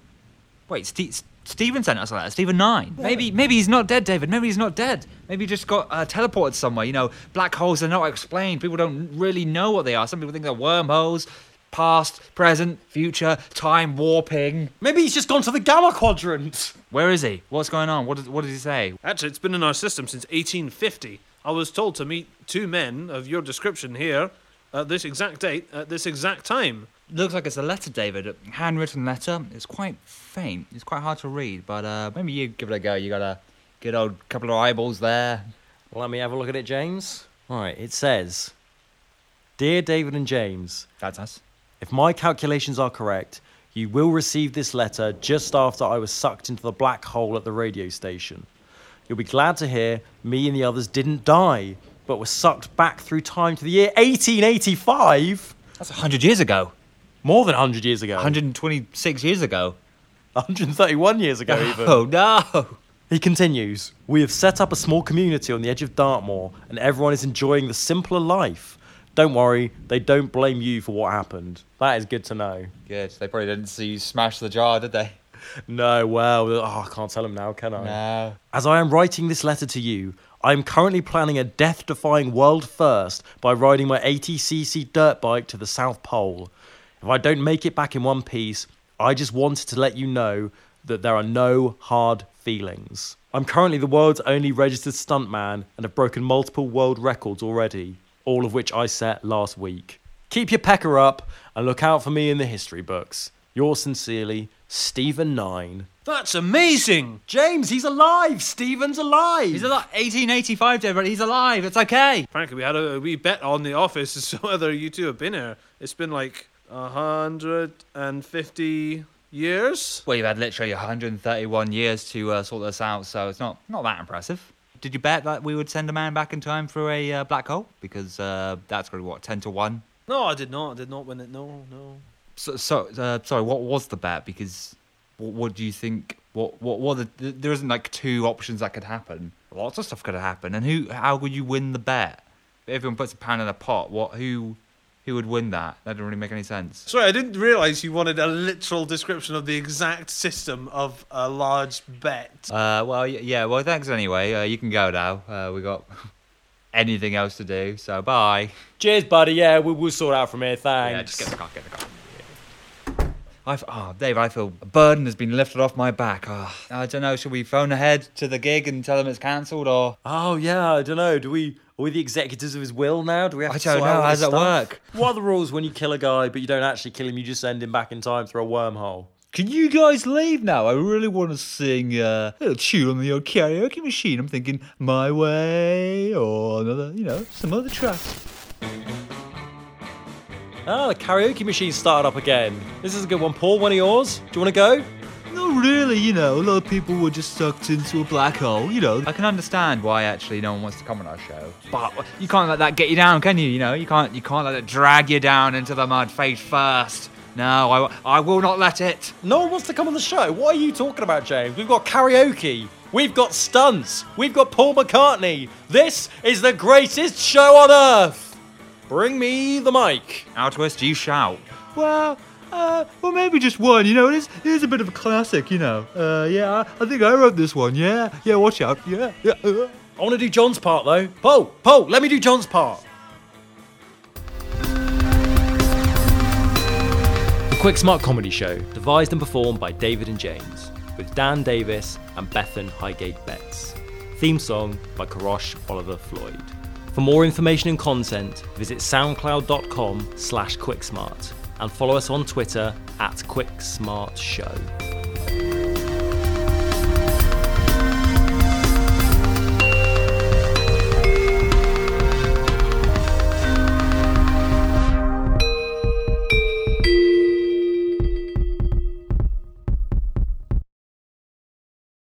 H: Wait, Ste- Stephen sent us a letter. Stephen Nine. Maybe, maybe he's not dead, David. Maybe he's not dead. Maybe he just got uh, teleported somewhere. You know, black holes are not explained. People don't really know what they are. Some people think they're wormholes, past, present, future, time warping.
F: Maybe he's just gone to the Gamma Quadrant.
H: Where is he? What's going on? What did, what did he say?
K: Actually, it's been in our system since 1850. I was told to meet two men of your description here at this exact date at this exact time.
H: Looks like it's a letter, David. A handwritten letter. It's quite faint. It's quite hard to read. But uh, maybe you give it a go. You got a good old couple of eyeballs there.
F: Let me have a look at it, James. All right, it says, "Dear David and James,
H: That's us.
F: if my calculations are correct, you will receive this letter just after I was sucked into the black hole at the radio station. You'll be glad to hear me and the others didn't die, but were sucked back through time to the year 1885,
H: That's 100 years ago.
F: more than 100 years ago,
H: 126 years ago.
F: 131 years ago even."
H: [laughs] Oh no!
F: He continues We have set up a small community on the edge of Dartmoor, and everyone is enjoying the simpler life. Don't worry, they don't blame you for what happened. That is good to know.
H: Good. They probably didn't see you smash the jar, did they?
F: No, well, oh, I can't tell him now, can I?
H: No.
F: As I am writing this letter to you, I am currently planning a death defying world first by riding my 80cc dirt bike to the South Pole. If I don't make it back in one piece, I just wanted to let you know that there are no hard feelings. I'm currently the world's only registered stuntman and have broken multiple world records already, all of which I set last week. Keep your pecker up and look out for me in the history books. Yours sincerely, Stephen Nine,
K: That's amazing.
F: James, he's alive. Stephen's alive.
H: He's alive. 1885, dead, but he's alive. It's okay.
K: Frankly, we had a wee bet on the office as [laughs] to whether you two have been here. It's been like a hundred and fifty years.
H: Well, you've had literally 131 years to uh, sort this out, so it's not not that impressive. Did you bet that we would send a man back in time through a uh, black hole? Because uh, that's going to be, what, 10 to 1?
K: No, I did not. I did not win it. No, no.
H: So, so uh, sorry, what was the bet? Because what, what do you think? What what what? The, th- there isn't like two options that could happen. Lots of stuff could happen. And who? How would you win the bet? If everyone puts a pound in a pot, what? Who? Who would win that? That didn't really make any sense.
K: Sorry, I didn't realise you wanted a literal description of the exact system of a large bet.
H: Uh, well, y- yeah. Well, thanks anyway. Uh, you can go now. Uh, we got [laughs] anything else to do, so bye.
C: Cheers, buddy. Yeah, we, we'll sort out from here. Thanks.
H: Yeah, just get in the car. Get in the car. I f- oh, Dave, I feel a burden has been lifted off my back. Ah, I don't know. Should we phone ahead to the gig and tell them it's cancelled, or
F: Oh yeah, I don't know. Do we are we the executors of his will now? Do we have
H: I
F: to
H: don't
F: sort
H: know.
F: out all
H: How
F: this
H: does that
F: stuff?
H: work?
F: What are the rules when you kill a guy but you don't actually kill him? You just send him back in time through a wormhole.
H: can you guys leave now? I really want to sing uh, a little tune on the old karaoke machine. I'm thinking "My Way" or another, you know, some other track.
F: Ah, the karaoke machine started up again. This is a good one. Paul, one of yours. Do you want to go?
H: No, really, you know, a lot of people were just sucked into a black hole, you know. I can understand why actually no one wants to come on our show, but you can't let that get you down, can you? You know, you can't, you can't let it drag you down into the mud face first. No, I, I will not let it.
F: No one wants to come on the show. What are you talking about, James? We've got karaoke. We've got stunts. We've got Paul McCartney. This is the greatest show on earth. Bring me the mic.
H: Outwist, you shout.
D: Well, uh, well, maybe just one. You know, it is, it is a bit of a classic. You know, uh, yeah, I- I think I wrote this one. Yeah, yeah, watch out. Yeah, yeah. uh.
F: I want to do John's part though. Paul, Paul, let me do John's part.
C: The Quick Smart Comedy Show, devised and performed by David and James, with Dan Davis and Bethan Highgate Betts. Theme song by Karosh Oliver Floyd. For more information and content, visit soundcloud.com slash quicksmart and follow us on Twitter at QuickSmartShow.